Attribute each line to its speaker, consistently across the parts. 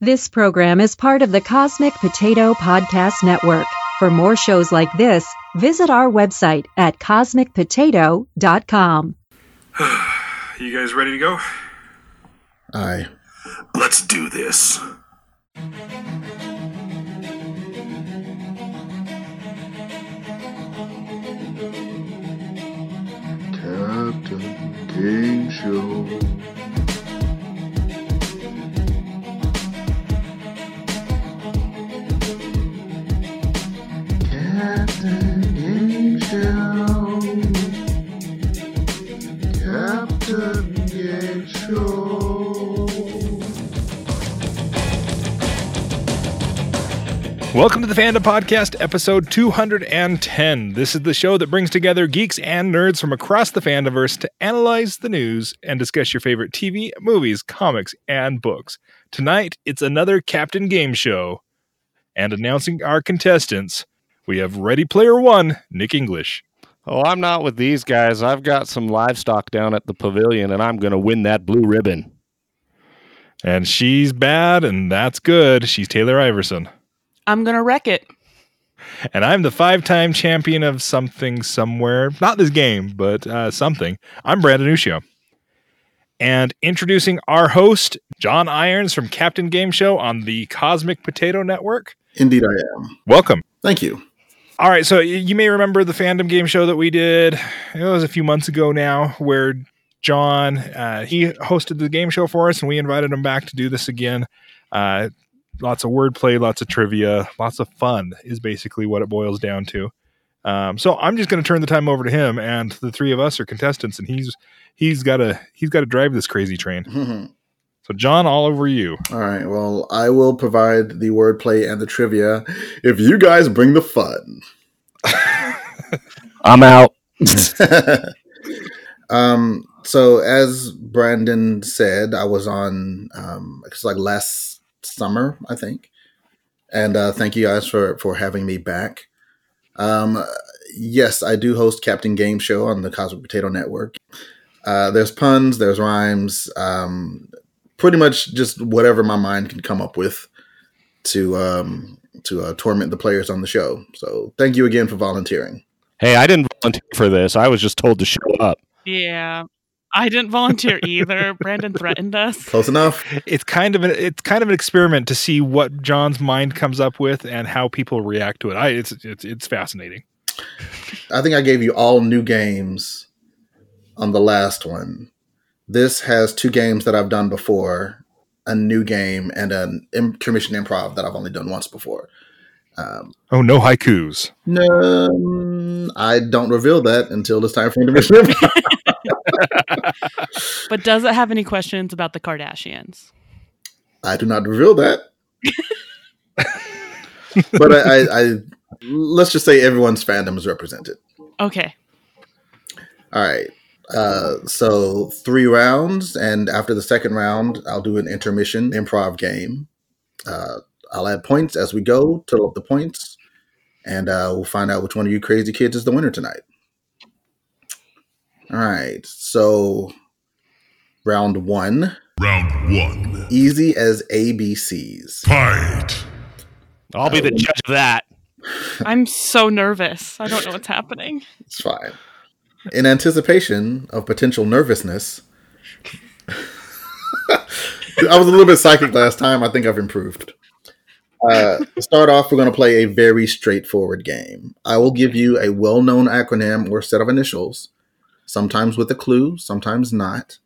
Speaker 1: This program is part of the Cosmic Potato Podcast Network. For more shows like this, visit our website at cosmicpotato.com.
Speaker 2: You guys ready to go?
Speaker 3: Aye.
Speaker 2: Let's do this.
Speaker 4: Captain Game Show. Captain Game Show. Captain Game Show.
Speaker 5: Welcome to the Fandom Podcast, episode 210. This is the show that brings together geeks and nerds from across the fandomverse to analyze the news and discuss your favorite TV, movies, comics, and books. Tonight, it's another Captain Game Show. And announcing our contestants, we have Ready Player One, Nick English.
Speaker 6: Oh, I'm not with these guys. I've got some livestock down at the pavilion, and I'm going to win that blue ribbon.
Speaker 5: And she's bad, and that's good. She's Taylor Iverson.
Speaker 7: I'm gonna wreck it.
Speaker 5: And I'm the five time champion of something somewhere. Not this game, but uh, something. I'm Brandon Ushio. And introducing our host, John Irons from Captain Game Show on the Cosmic Potato Network.
Speaker 3: Indeed, I am.
Speaker 5: Welcome.
Speaker 3: Thank you.
Speaker 5: All right. So y- you may remember the fandom game show that we did. It was a few months ago now, where John uh, he hosted the game show for us, and we invited him back to do this again. Uh, lots of wordplay, lots of trivia, lots of fun is basically what it boils down to. Um, so I'm just going to turn the time over to him, and the three of us are contestants, and he's he's got to he's got to drive this crazy train. So John, all over you.
Speaker 3: All right. Well, I will provide the wordplay and the trivia if you guys bring the fun.
Speaker 6: I'm out.
Speaker 3: um, so as Brandon said, I was on um, it's like last summer, I think. And uh, thank you guys for for having me back. Um, yes, I do host Captain Game Show on the Cosmic Potato Network. Uh, there's puns, there's rhymes, um, pretty much just whatever my mind can come up with to um, to uh, torment the players on the show. So thank you again for volunteering.
Speaker 6: Hey, I didn't volunteer for this. I was just told to show up.
Speaker 7: Yeah. I didn't volunteer either. Brandon threatened us.
Speaker 3: Close enough.
Speaker 5: It's kind of an it's kind of an experiment to see what John's mind comes up with and how people react to it. I it's it's it's fascinating.
Speaker 3: I think I gave you all new games on the last one. This has two games that I've done before, a new game, and an intermission improv that I've only done once before. Um,
Speaker 5: Oh no, haikus.
Speaker 3: no, mm, I don't reveal that until it's time for intermission improv.
Speaker 7: But does it have any questions about the Kardashians?
Speaker 3: I do not reveal that. but I, I, I, let's just say everyone's fandom is represented.
Speaker 7: Okay.
Speaker 3: All right. Uh, so three rounds, and after the second round, I'll do an intermission improv game. Uh, I'll add points as we go, total up the points, and uh, we'll find out which one of you crazy kids is the winner tonight. All right. So round one,
Speaker 4: Round one.
Speaker 3: easy as ABCs.
Speaker 4: Fight.
Speaker 6: I'll be the judge of that.
Speaker 7: I'm so nervous. I don't know what's happening.
Speaker 3: It's fine. In anticipation of potential nervousness, I was a little bit psychic last time. I think I've improved. Uh, to start off, we're going to play a very straightforward game. I will give you a well known acronym or set of initials, sometimes with a clue, sometimes not.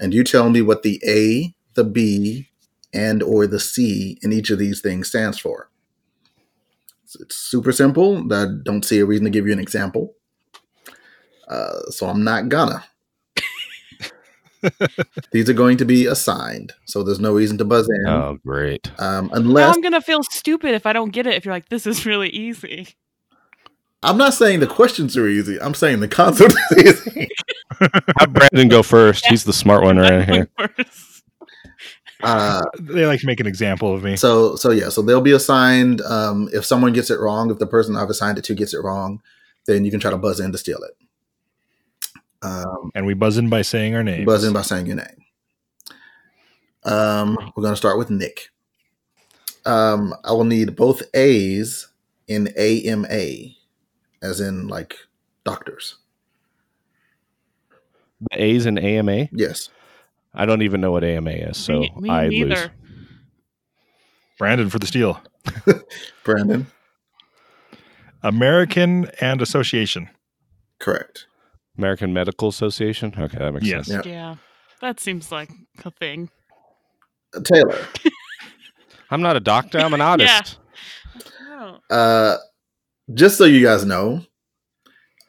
Speaker 3: And you tell me what the A, the B, and or the C in each of these things stands for. It's, it's super simple. I don't see a reason to give you an example. Uh, so I'm not gonna. These are going to be assigned, so there's no reason to buzz in.
Speaker 6: Oh, great.
Speaker 3: Um,
Speaker 7: Now
Speaker 3: unless
Speaker 7: I'm gonna feel stupid if I don't get it if you're like, this is really easy.
Speaker 3: I'm not saying the questions are easy. I'm saying the concept is easy.
Speaker 6: Have Brandon go first. He's the smart one around here.
Speaker 7: First.
Speaker 3: Uh,
Speaker 5: They like to make an example of me.
Speaker 3: so, so yeah, so they'll be assigned. Um, if someone gets it wrong, if the person I've assigned it to gets it wrong, then you can try to buzz in to steal it. Um,
Speaker 5: And we buzz in by saying our names.
Speaker 3: buzz in by saying your name. Um, we're gonna start with Nick. Um, I will need both A's in AMA, as in like doctors.
Speaker 6: The A's in AMA.
Speaker 3: Yes.
Speaker 6: I don't even know what AMA is, so
Speaker 7: me, me
Speaker 6: I lose.
Speaker 7: neither.
Speaker 5: Brandon for the steal.
Speaker 3: Brandon,
Speaker 5: American and Association.
Speaker 3: correct.
Speaker 6: American Medical Association. Okay, that makes
Speaker 5: Yes.
Speaker 6: sense.
Speaker 3: Yeah.
Speaker 7: Yeah, that seems like a thing.
Speaker 3: Uh, Taylor,
Speaker 6: I'm not a doctor. I'm an artist.
Speaker 7: Oh,
Speaker 3: uh, just so you guys know,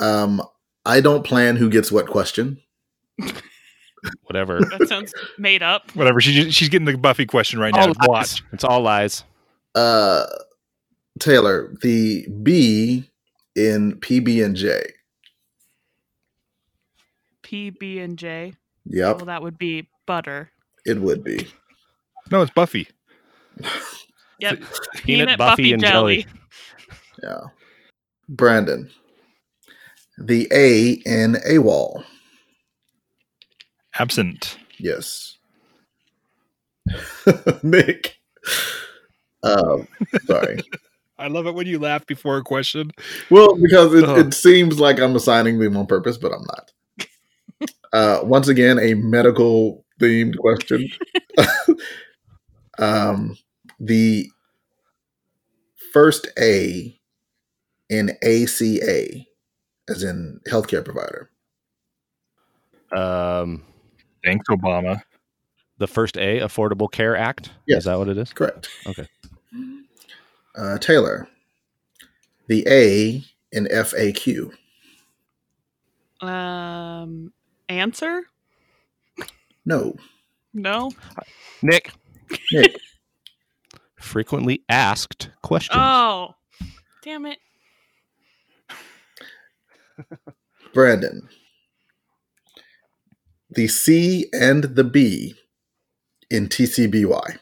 Speaker 3: um, I don't plan who gets what question.
Speaker 6: Whatever.
Speaker 7: that sounds made up.
Speaker 5: Whatever. She, she's getting the Buffy question right now.
Speaker 6: All lies.
Speaker 5: Watch.
Speaker 6: It's all lies.
Speaker 3: Uh, Taylor, the B in PB and J.
Speaker 7: P B and J. Well,
Speaker 3: Yep,
Speaker 7: that would be butter.
Speaker 3: it would be.
Speaker 5: No, it's Buffy.
Speaker 7: Yep. Peanut,
Speaker 6: Buffy and jelly.
Speaker 3: Yeah. Brandon, the A in AWOL.
Speaker 5: Absent.
Speaker 3: Yes. Nick. Um, sorry.
Speaker 5: I love it when you laugh before a question.
Speaker 3: Well, because it,
Speaker 5: Ugh.
Speaker 3: it seems like I'm assigning them on purpose, but I'm not. Uh, once again, a medical themed question. um, the first A in ACA, as in healthcare provider.
Speaker 6: Um,
Speaker 5: Thanks, Obama.
Speaker 6: the first A, Affordable Care Act.
Speaker 3: Yes.
Speaker 6: Is that what it is?
Speaker 3: Correct.
Speaker 6: Okay.
Speaker 3: Uh, Taylor, the A in FAQ.
Speaker 7: Um, answer?
Speaker 3: No.
Speaker 7: No.
Speaker 6: Nick.
Speaker 3: Nick.
Speaker 6: Frequently asked questions.
Speaker 7: Oh, damn it.
Speaker 3: Brandon. The C and the B in TCBY.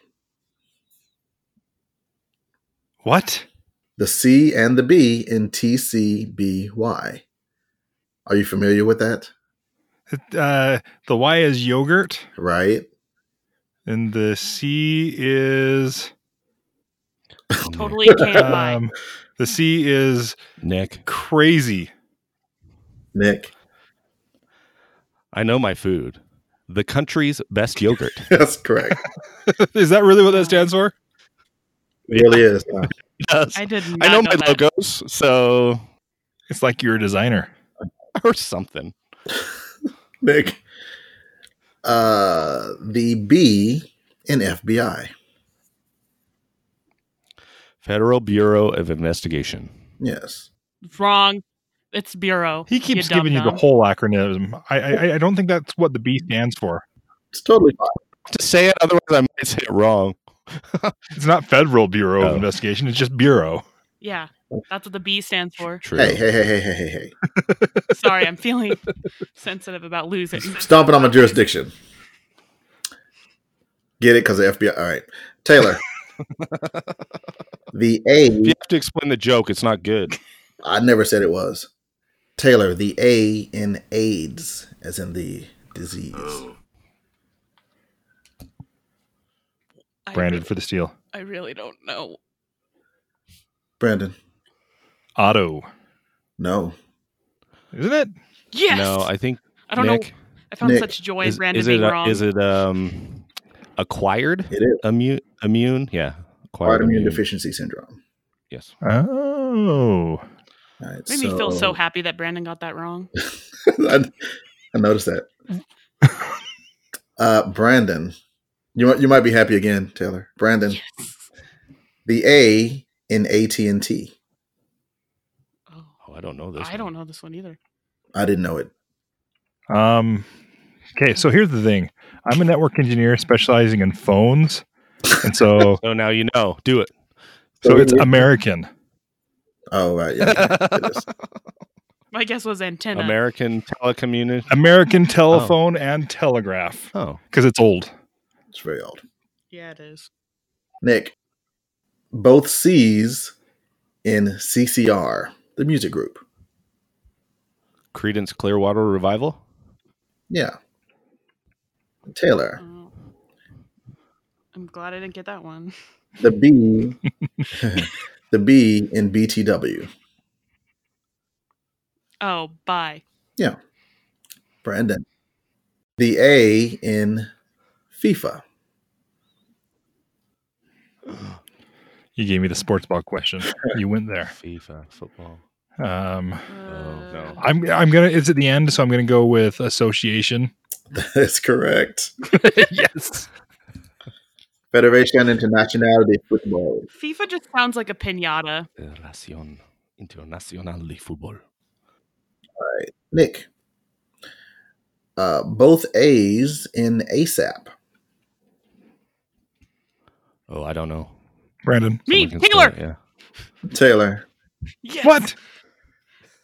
Speaker 5: What?
Speaker 3: The C and the B in TCBY. Are you familiar with that?
Speaker 5: Uh, the Y is yogurt,
Speaker 3: Right?
Speaker 5: and the C is
Speaker 6: Oh,
Speaker 7: Totally can't lie.
Speaker 5: um, the C is
Speaker 6: Nick.
Speaker 5: crazy.
Speaker 3: Nick.
Speaker 6: I know my food. The country's best yogurt.
Speaker 3: That's correct.
Speaker 5: is that really what that stands for?
Speaker 3: It really is.
Speaker 7: I did not
Speaker 6: I know my
Speaker 7: that.
Speaker 6: logos, so
Speaker 5: It's like you're a designer.
Speaker 6: or something.
Speaker 3: Nick. Uh, the B in FBI.
Speaker 6: Federal Bureau of Investigation.
Speaker 3: Yes.
Speaker 7: Wrong. It's bureau.
Speaker 5: He keeps
Speaker 7: dumb
Speaker 5: giving you the
Speaker 7: dumb.
Speaker 5: whole acronym. I, I I don't think that's what the B stands for.
Speaker 3: It's totally fine.
Speaker 6: To say it, otherwise I might say it wrong.
Speaker 5: It's not Federal Bureau
Speaker 6: Oh.
Speaker 5: of Investigation. It's just bureau.
Speaker 7: Yeah, that's what the B stands for.
Speaker 6: True.
Speaker 3: Hey, hey, hey, hey, hey, hey, hey.
Speaker 7: Sorry, I'm feeling sensitive about losing.
Speaker 3: Stomping on my jurisdiction. Get it? Because the FBI. All right. Taylor. the
Speaker 6: If
Speaker 3: A.
Speaker 6: you have to explain the joke, it's not good.
Speaker 3: I never said it was. Taylor, the A in AIDS, as in the disease.
Speaker 2: Oh.
Speaker 7: I
Speaker 5: Branded
Speaker 7: really-
Speaker 5: for the steal.
Speaker 7: I really don't know.
Speaker 3: Brandon.
Speaker 5: Auto,
Speaker 3: No.
Speaker 5: isn't it?
Speaker 7: Yes.
Speaker 6: No, I think
Speaker 7: I don't
Speaker 6: Nick,
Speaker 7: know. I found
Speaker 3: Nick,
Speaker 7: such joy
Speaker 6: is,
Speaker 7: in Brandon
Speaker 6: is
Speaker 7: being
Speaker 6: it uh,
Speaker 7: wrong.
Speaker 6: is it um acquired
Speaker 3: It is.
Speaker 6: immune immune? Yeah,
Speaker 3: Acquired immune deficiency syndrome.
Speaker 6: Yes.
Speaker 5: Oh,
Speaker 3: All right,
Speaker 7: Made me feel so happy that Brandon got that wrong.
Speaker 3: I, I noticed that. Uh, Brandon. You, might- you might be happy again, Taylor. Brandon.
Speaker 7: Yes.
Speaker 3: The A in AT&T.
Speaker 7: Oh,
Speaker 6: Oh, I don't know this.
Speaker 7: I don't know this one either.
Speaker 3: I didn't know it.
Speaker 5: Um, okay, so here's the thing. I'm a network engineer specializing in phones, and so
Speaker 6: So Oh, now you know. Do it.
Speaker 5: so it's American.
Speaker 3: Oh right, yeah. it is.
Speaker 7: My guess was antenna.
Speaker 6: American telecommunication.
Speaker 5: American telephone and telegraph
Speaker 6: Oh,
Speaker 5: because it's old.
Speaker 3: It's very old.
Speaker 7: yeah, it is.
Speaker 3: Nick, both C's in CCR, the music group.
Speaker 6: Credence Clearwater Revival.
Speaker 3: Yeah. Taylor,
Speaker 7: Oh. I'm glad I didn't get that one.
Speaker 3: The B, the B in BTW.
Speaker 7: Oh, bye.
Speaker 3: Brandon. The A in FIFA.
Speaker 5: You gave me the sports ball question. You went there.
Speaker 6: FIFA football. Oh,
Speaker 5: Um,
Speaker 6: no.
Speaker 7: Uh,
Speaker 5: I'm I'm gonna. It's at the end, so I'm gonna go with association.
Speaker 3: That's correct.
Speaker 5: yes.
Speaker 3: Federation Internacional de Football.
Speaker 7: FIFA just sounds like a pinata.
Speaker 6: Federación Internacional de Fútbol.
Speaker 3: Nick. Uh, both A's in ASAP.
Speaker 6: Oh, I don't know.
Speaker 5: Brandon.
Speaker 7: Me,
Speaker 6: Someone can
Speaker 7: Taylor.
Speaker 6: spell it,
Speaker 3: Taylor.
Speaker 7: Yes.
Speaker 5: What?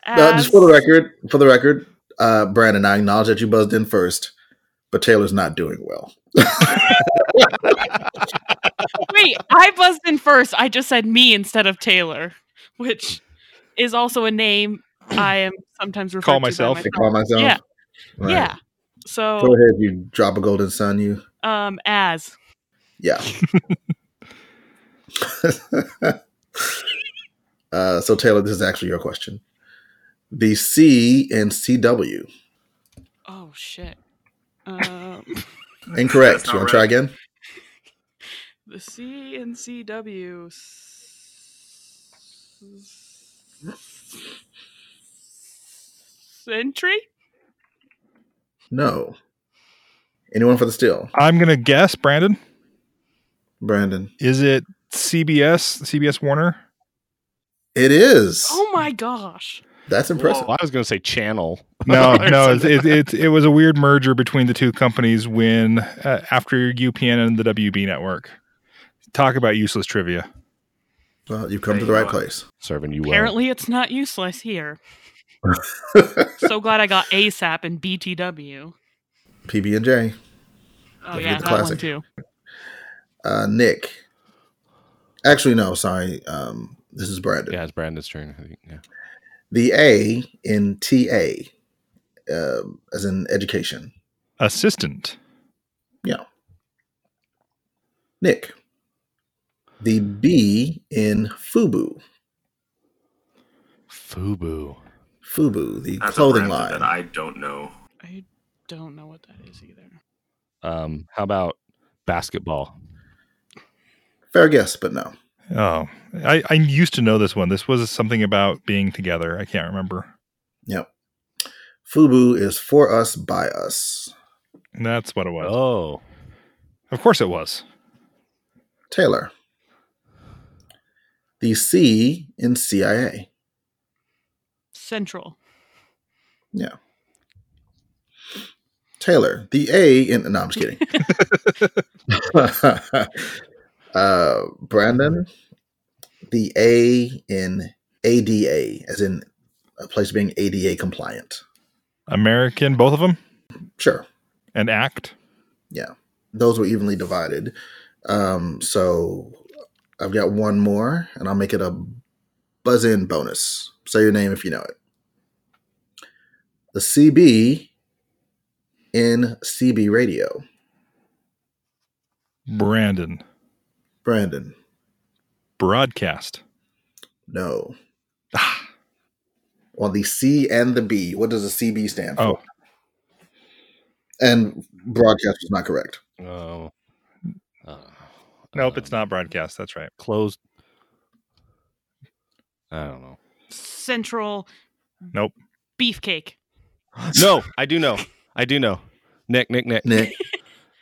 Speaker 3: Uh, just for the record, for the record, uh, Brandon, I acknowledge that you buzzed in first, but Taylor's not doing well.
Speaker 7: Wait, I buzzed in first. I just said me instead of Taylor, which is also a name I am sometimes referred
Speaker 5: Call
Speaker 7: to by
Speaker 5: myself.
Speaker 3: I call myself.
Speaker 7: Yeah.
Speaker 3: Right.
Speaker 7: Yeah.
Speaker 3: Go
Speaker 7: So,
Speaker 3: ahead, you drop a golden sun, you.
Speaker 7: um, as
Speaker 3: Yeah. uh, so Taylor, this is actually your question. The C in CW.
Speaker 7: oh shit, um,
Speaker 3: Incorrect.
Speaker 2: That's not
Speaker 3: You want to try
Speaker 2: right.
Speaker 3: again?
Speaker 7: the C and CW. Sentry?
Speaker 3: No. Anyone for the steal?
Speaker 5: I'm gonna guess. Brandon.
Speaker 3: Brandon.
Speaker 5: Is it CBS? CBS Warner.
Speaker 3: It is.
Speaker 7: Oh my gosh.
Speaker 3: That's impressive.
Speaker 2: Whoa.
Speaker 6: Well, I was going to say channel.
Speaker 5: No, no, it's, it, it it was a weird merger between the two companies when uh, after UPN and the WB network. Talk about useless trivia.
Speaker 3: Well, you've come
Speaker 2: There
Speaker 3: to the
Speaker 2: you
Speaker 3: right
Speaker 2: are.
Speaker 3: place.
Speaker 6: Serving you well.
Speaker 7: Apparently, it's not useless here. so glad I got ASAP and BTW.
Speaker 3: PB and J.
Speaker 7: Oh
Speaker 3: Look
Speaker 7: yeah,
Speaker 3: at the
Speaker 7: that one
Speaker 3: classic.
Speaker 7: too.
Speaker 3: Uh, Nick. Actually, no. Sorry. Um, this is Brandon.
Speaker 6: Yeah, it's Brandon's turn. I think. Yeah.
Speaker 3: The A in TA, um, as in education.
Speaker 5: Assistant.
Speaker 3: Nick. The B in Fubu.
Speaker 6: Fubu.
Speaker 3: Fubu, the
Speaker 2: That's
Speaker 3: clothing
Speaker 2: a brand
Speaker 3: line.
Speaker 2: that I don't know.
Speaker 7: I don't know what that is either.
Speaker 6: Um, how about basketball?
Speaker 3: Fair guess, but no.
Speaker 5: Oh, I, I used to know this one. This was something about being together. I can't remember.
Speaker 3: Yep. Fubu is for us by us.
Speaker 5: That's what it was.
Speaker 6: Oh,
Speaker 5: Of course it was.
Speaker 3: Taylor. The C in CIA.
Speaker 7: Central.
Speaker 3: Taylor. The A in no, I'm just kidding. uh, Brandon. The A in ADA, as in a place being ADA compliant.
Speaker 5: American, both of them,
Speaker 3: Sure.
Speaker 5: and ACT.
Speaker 3: those were evenly divided. Um, so I've got one more, and I'll make it a buzz in bonus. Say your name if you know it. The CB in CB radio.
Speaker 5: Brandon,
Speaker 3: Brandon,
Speaker 5: broadcast.
Speaker 3: no.
Speaker 5: Ah,
Speaker 3: On the C and the B. What does the CB stand for?
Speaker 5: oh,
Speaker 3: And broadcast was not correct.
Speaker 6: oh. Uh,
Speaker 5: nope, it's
Speaker 6: um,
Speaker 5: not broadcast. That's right.
Speaker 6: closed. I don't know.
Speaker 7: Central.
Speaker 5: Nope.
Speaker 7: Beefcake.
Speaker 6: No, I do know. I do know. Nick, Nick, Nick.
Speaker 3: Nick,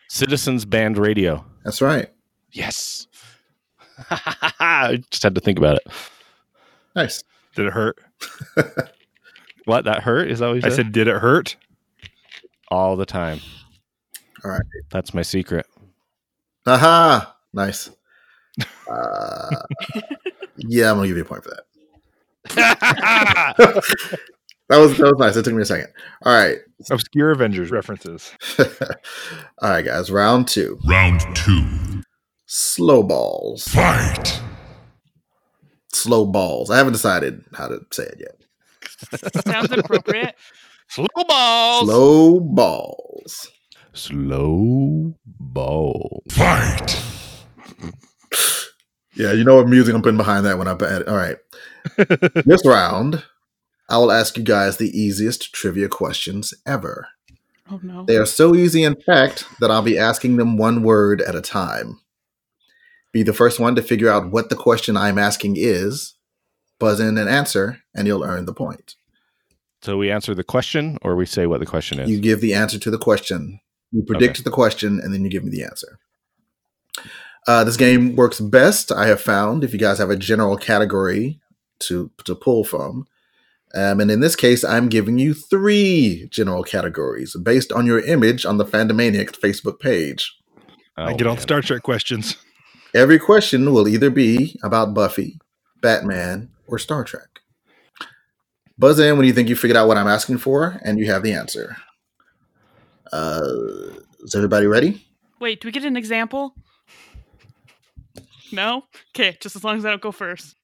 Speaker 6: Citizens Band Radio.
Speaker 3: that's right.
Speaker 6: Yes. I just had to think about it.
Speaker 3: Nice.
Speaker 5: Did it hurt?
Speaker 6: What that hurt? Is that what you
Speaker 5: I
Speaker 6: said?
Speaker 5: said, did it hurt?
Speaker 6: all the time.
Speaker 3: All right.
Speaker 6: That's my secret.
Speaker 3: Aha! Nice. Uh, yeah, I'm gonna give you a point for that. That was that was nice. It took me a second. All right.
Speaker 5: Obscure Avengers references.
Speaker 3: All right, guys. Round two.
Speaker 4: Round two.
Speaker 3: Slow balls.
Speaker 4: Fight.
Speaker 3: Slow balls. I haven't decided how to say it yet.
Speaker 7: Sounds appropriate.
Speaker 6: Slow balls.
Speaker 3: Slow balls.
Speaker 6: Slow ball.
Speaker 4: Fight!
Speaker 3: Yeah, you know what music I'm putting behind that when I bet. All right. this round, I will ask you guys the easiest trivia questions ever.
Speaker 7: Oh no.
Speaker 3: They are so easy, in fact, that I'll be asking them one word at a time. Be the first one to figure out what the question I'm asking is, buzz in and answer, and you'll earn the point.
Speaker 6: So we answer the question or we say what the question is.
Speaker 3: You give the answer to the question. You predict the question, and then you give me the answer. Uh, this game works best, I have found, if you guys have a general category to to pull from. Um, and in this case, I'm giving you three general categories based on your image on the Fandomaniac Facebook page.
Speaker 6: Oh,
Speaker 5: I get all the
Speaker 6: man.
Speaker 5: Star Trek questions.
Speaker 3: Every question will either be about Buffy, Batman, or Star Trek. Buzz in when you think you figured out what I'm asking for, and you have the answer. Uh, is everybody ready?
Speaker 7: Wait, do we get an example? No? Okay, just as long as I don't go first.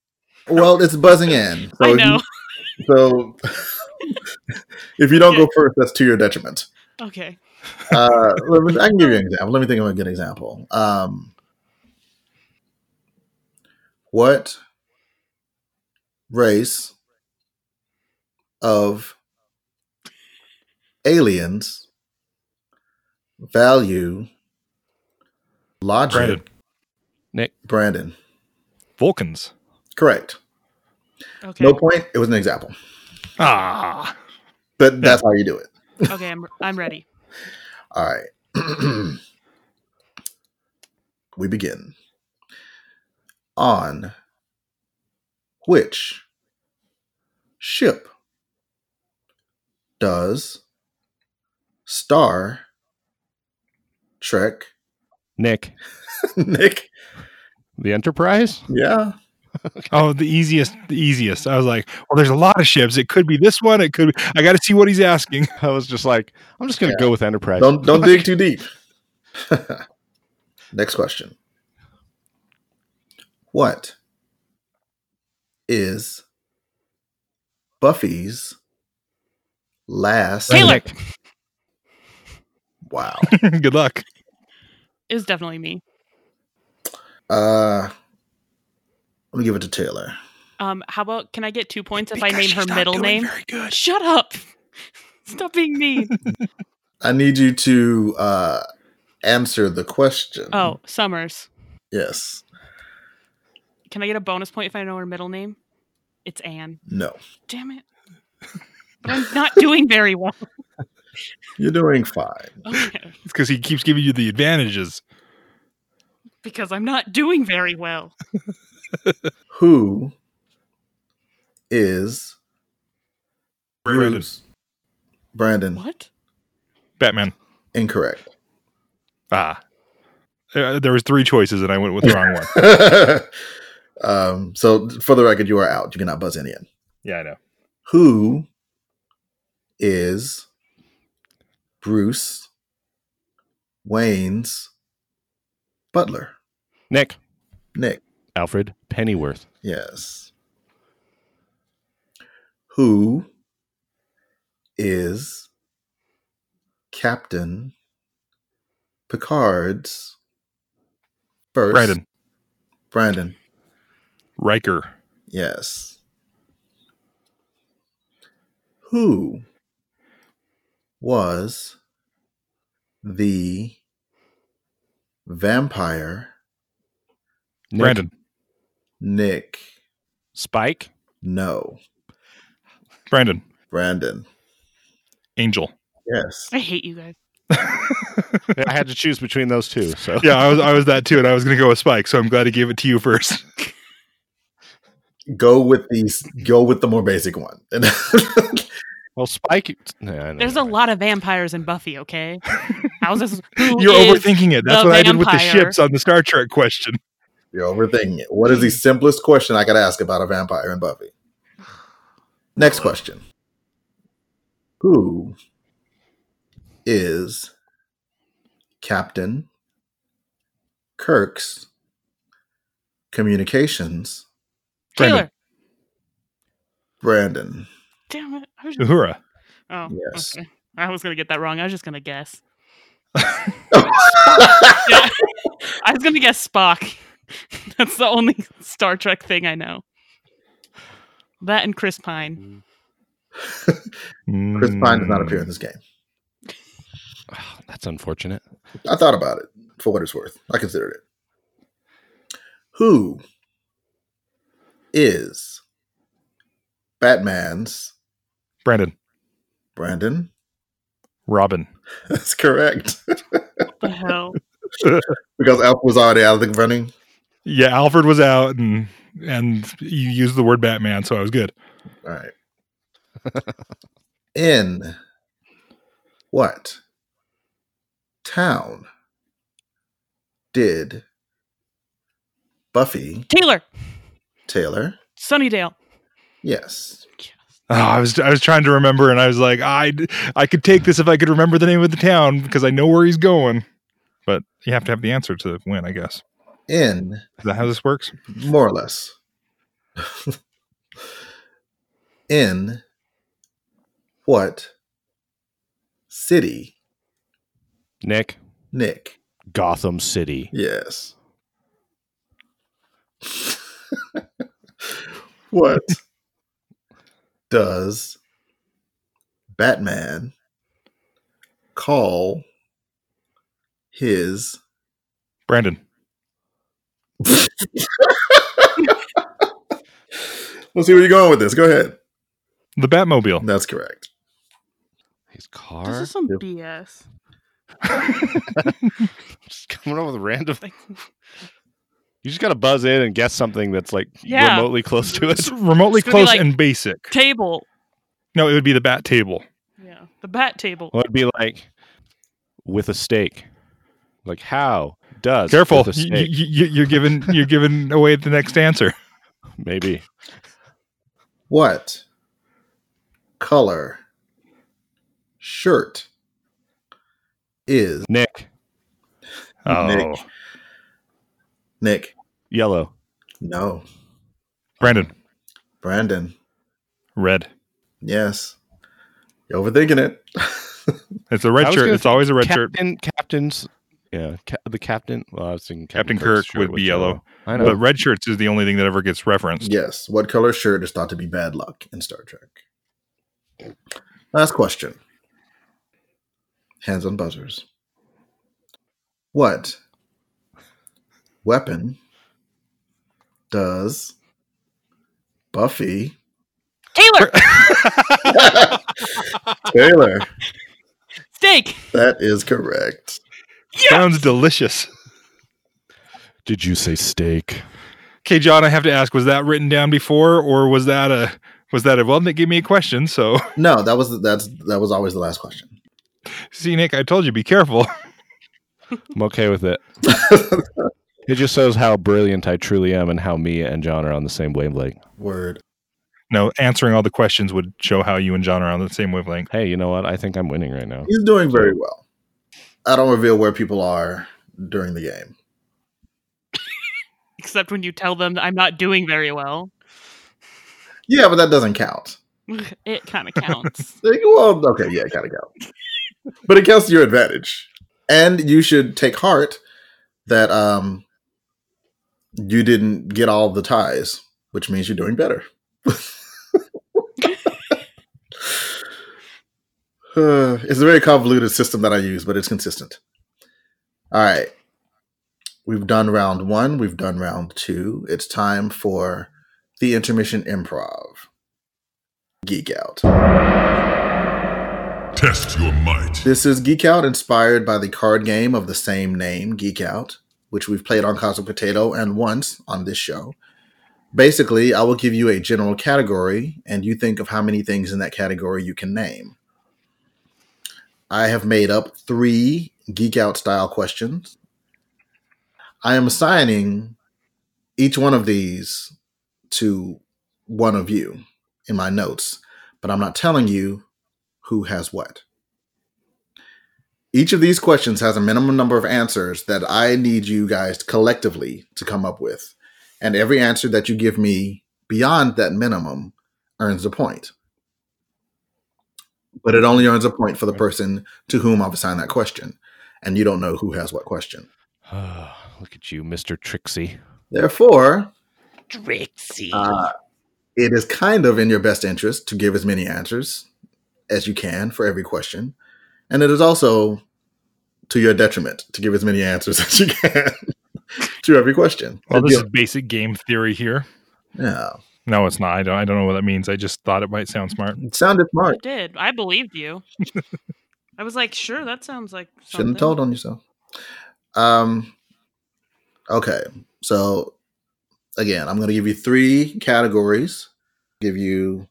Speaker 3: Well, it's buzzing in. if
Speaker 7: I
Speaker 3: you-
Speaker 7: know.
Speaker 3: So if you don't go first, that's to your detriment.
Speaker 7: Okay.
Speaker 3: Uh, let me- I can give you an example. Let me think of a good example. Um, what race of aliens value logic?
Speaker 5: Brandon.
Speaker 6: Nick.
Speaker 3: Brandon.
Speaker 5: Vulcans.
Speaker 3: Correct.
Speaker 7: Okay.
Speaker 3: No point. It was an example.
Speaker 5: Ah.
Speaker 3: But that's how you do it.
Speaker 7: Okay, I'm I'm ready.
Speaker 3: All right. we begin. On which ship does Star Trek
Speaker 6: Nick,
Speaker 3: Nick?
Speaker 6: the Enterprise?
Speaker 3: Yeah.
Speaker 5: Oh, the easiest, the easiest. I was like, well, there's a lot of ships. It could be this one. It could. Be, I got to see what he's asking.
Speaker 6: I was just like, I'm just going to go with Enterprise.
Speaker 3: Don't don't dig too deep. Next question. What is Buffy's last
Speaker 7: Taylor.
Speaker 3: Wow.
Speaker 5: Good luck.
Speaker 7: It was definitely me.
Speaker 3: Uh let me give it to Taylor.
Speaker 7: Um, how about can I get two points if I
Speaker 2: Because
Speaker 7: name her
Speaker 2: she's not
Speaker 7: middle
Speaker 2: doing
Speaker 7: name?
Speaker 2: Very good.
Speaker 7: Shut up. Stop being mean.
Speaker 3: I need you to uh answer the question.
Speaker 7: oh, Summers.
Speaker 3: Yes.
Speaker 7: Can I get a bonus point if I know her middle name? It's Anne.
Speaker 3: No.
Speaker 7: Damn it. But I'm not doing very well.
Speaker 3: You're doing fine.
Speaker 7: Okay.
Speaker 5: It's because he keeps giving you the advantages.
Speaker 7: Because I'm not doing very well.
Speaker 3: Who is
Speaker 5: Brandon.
Speaker 3: Bruce? Brandon.
Speaker 7: What?
Speaker 5: Batman.
Speaker 3: Incorrect.
Speaker 5: Ah. Uh, there was three choices, and I went with the wrong one.
Speaker 3: um, so for the record, you are out. You cannot buzz in in.
Speaker 5: Yeah, I know.
Speaker 3: Who is Bruce Wayne's butler?
Speaker 6: Nick,
Speaker 3: Nick.
Speaker 6: Alfred Pennyworth.
Speaker 3: Yes. Who is Captain Picard's first?
Speaker 5: Brandon.
Speaker 3: Brandon.
Speaker 5: Riker.
Speaker 3: Yes. Who was the vampire
Speaker 6: Nick,
Speaker 5: Brandon.
Speaker 3: Nick?
Speaker 6: Spike.
Speaker 3: No,
Speaker 5: Brandon.
Speaker 3: Brandon.
Speaker 5: Angel.
Speaker 3: Yes.
Speaker 7: I hate you guys.
Speaker 6: I had to choose between those two. So
Speaker 5: Yeah, I was I was that too, and I was gonna go with Spike, so I'm glad he gave it to you first.
Speaker 3: Go with these. Go with the more basic one.
Speaker 6: well, Spike. Nah, I know.
Speaker 7: There's a lot of vampires in Buffy, okay? How's this? who
Speaker 5: You're
Speaker 7: is-
Speaker 5: overthinking it. That's
Speaker 7: the
Speaker 5: what I did with the
Speaker 7: vampire?
Speaker 5: ships on the Star Trek question.
Speaker 3: You're overthinking it. What is the simplest question I could ask about a vampire and Buffy? Next question. Who is Captain Kirk's communications?
Speaker 7: Taylor.
Speaker 3: Brandon.
Speaker 5: Brandon.
Speaker 7: Damn it. I was just,
Speaker 5: Uhura.
Speaker 7: oh,
Speaker 3: Yes.
Speaker 7: okay. I was going to get that wrong. I was just going to guess. Yeah. I was gonna guess Spock. That's the only Star Trek thing I know. That and Chris Pine.
Speaker 3: Chris Pine does not
Speaker 5: Mm,
Speaker 3: appear in this game.
Speaker 6: Oh, that's unfortunate.
Speaker 3: I thought about it for what it's worth. I considered it. Who is Batman's
Speaker 5: Brandon,
Speaker 3: Brandon?
Speaker 5: Robin.
Speaker 3: That's correct.
Speaker 7: What the hell?
Speaker 3: because Alpha was already out of the running.
Speaker 5: Yeah, Alfred was out, and and you used the word Batman, so I was good.
Speaker 3: All right. in what town did Buffy
Speaker 7: Taylor,
Speaker 3: Taylor?
Speaker 7: Sunnydale.
Speaker 3: Yes.
Speaker 5: Oh, I was I was trying to remember, and I was like, I I could take this if I could remember the name of the town because I know where he's going. But you have to have the answer to win, I guess.
Speaker 3: In
Speaker 5: Is that how this works?
Speaker 3: more or less. in what city,
Speaker 6: Nick,
Speaker 3: Nick?
Speaker 6: Gotham City.
Speaker 3: Yes. what does Batman call his
Speaker 5: Brandon,
Speaker 3: Let's see where you're going with this. Go ahead.
Speaker 5: the Batmobile.
Speaker 3: That's correct.
Speaker 6: His car.
Speaker 7: This is some BS.
Speaker 6: just coming up with random things. You just gotta buzz in and guess something that's like
Speaker 7: Yeah.
Speaker 6: remotely close to it.
Speaker 5: It's remotely
Speaker 7: It's gonna be
Speaker 5: close
Speaker 7: like-
Speaker 5: and basic.
Speaker 7: Table.
Speaker 5: No, it would be the Bat Table.
Speaker 7: Yeah. The bat table.
Speaker 6: Well, it'd be like with a steak. Like how does
Speaker 5: Careful,
Speaker 6: with a
Speaker 5: you,
Speaker 6: steak?
Speaker 5: are giving you're giving away the next answer.
Speaker 6: maybe
Speaker 3: What color shirt is
Speaker 6: Nick
Speaker 5: Oh,
Speaker 3: Nick. Nick?
Speaker 6: yellow
Speaker 3: No.
Speaker 5: Brandon,
Speaker 3: Brandon.
Speaker 5: red.
Speaker 3: Yes. You're overthinking it.
Speaker 5: It's a
Speaker 6: I
Speaker 5: red
Speaker 6: was
Speaker 5: shirt.
Speaker 6: gonna
Speaker 5: It's always a red shirt.
Speaker 6: captain captain's yeah ca- the captain. Well, I was thinking
Speaker 5: Captain Kirk
Speaker 6: Kirk's shirt
Speaker 5: would
Speaker 6: was
Speaker 5: be yellow,
Speaker 6: I know.
Speaker 5: But red shirts is the only thing that ever gets referenced.
Speaker 3: yes. What color shirt is thought to be bad luck in Star Trek? Last question. Hands on buzzers. What weapon does Buffy
Speaker 7: Taylor!
Speaker 3: Taylor.
Speaker 7: Steak!
Speaker 3: That is correct.
Speaker 5: Sounds delicious.
Speaker 6: Did you say steak?
Speaker 5: Okay, John, I have to ask: Was that written down before, or was that a was that a well? Nick gave me a question, so
Speaker 3: No, that was that's that was always the last question.
Speaker 5: see, Nick, I told you, be careful.
Speaker 6: I'm okay with it. It just shows how brilliant I truly am and how me and John are on the same wavelength.
Speaker 3: Word.
Speaker 5: No, answering all the questions would show how you and John are on the same wavelength.
Speaker 6: Hey, you know what? I think I'm winning right now.
Speaker 3: He's doing very well. I don't reveal where people are during the game.
Speaker 7: Except when you tell them that I'm not doing very well.
Speaker 3: Yeah, but that doesn't count.
Speaker 7: It kind of counts.
Speaker 3: Like, well, okay, yeah, it kind of counts. but it counts to your advantage. And you should take heart that um you didn't get all the ties, which means you're doing better. Uh, it's a very convoluted system that I use, but it's consistent. All right. We've done round one. We've done round two. It's time for the intermission improv. Geek out.
Speaker 4: Test your might.
Speaker 3: This is Geek Out, inspired by the card game of the same name, Geek Out, which we've played on Cosmic Potato and once on this show. Basically, I will give you a general category, and you think of how many things in that category you can name. I have made up three Geek Out style questions. I am assigning each one of these to one of you in my notes, but I'm not telling you who has what. Each of these questions has a minimum number of answers that I need you guys collectively to come up with. And every answer that you give me beyond that minimum earns a point. But it only earns a point for the person to whom I've assigned that question. and you don't know who has what question.
Speaker 6: Look at you, Mr. Trixie.
Speaker 3: Therefore,
Speaker 7: Trixie.
Speaker 3: uh, it is kind of in your best interest to give as many answers as you can for every question, and it is also to your detriment to give as many answers as you can to every question.
Speaker 5: Well, this is basic game theory here.
Speaker 3: yeah,
Speaker 5: No, it's not. I don't. I don't know what that means. I just thought it might sound smart.
Speaker 3: it sounded
Speaker 7: I
Speaker 3: smart.
Speaker 7: did. I believed you. I was like, sure, that sounds like
Speaker 3: Shouldn't have
Speaker 7: something.
Speaker 3: told on yourself. Um. Okay, so again, I'm going to give you three categories. Give you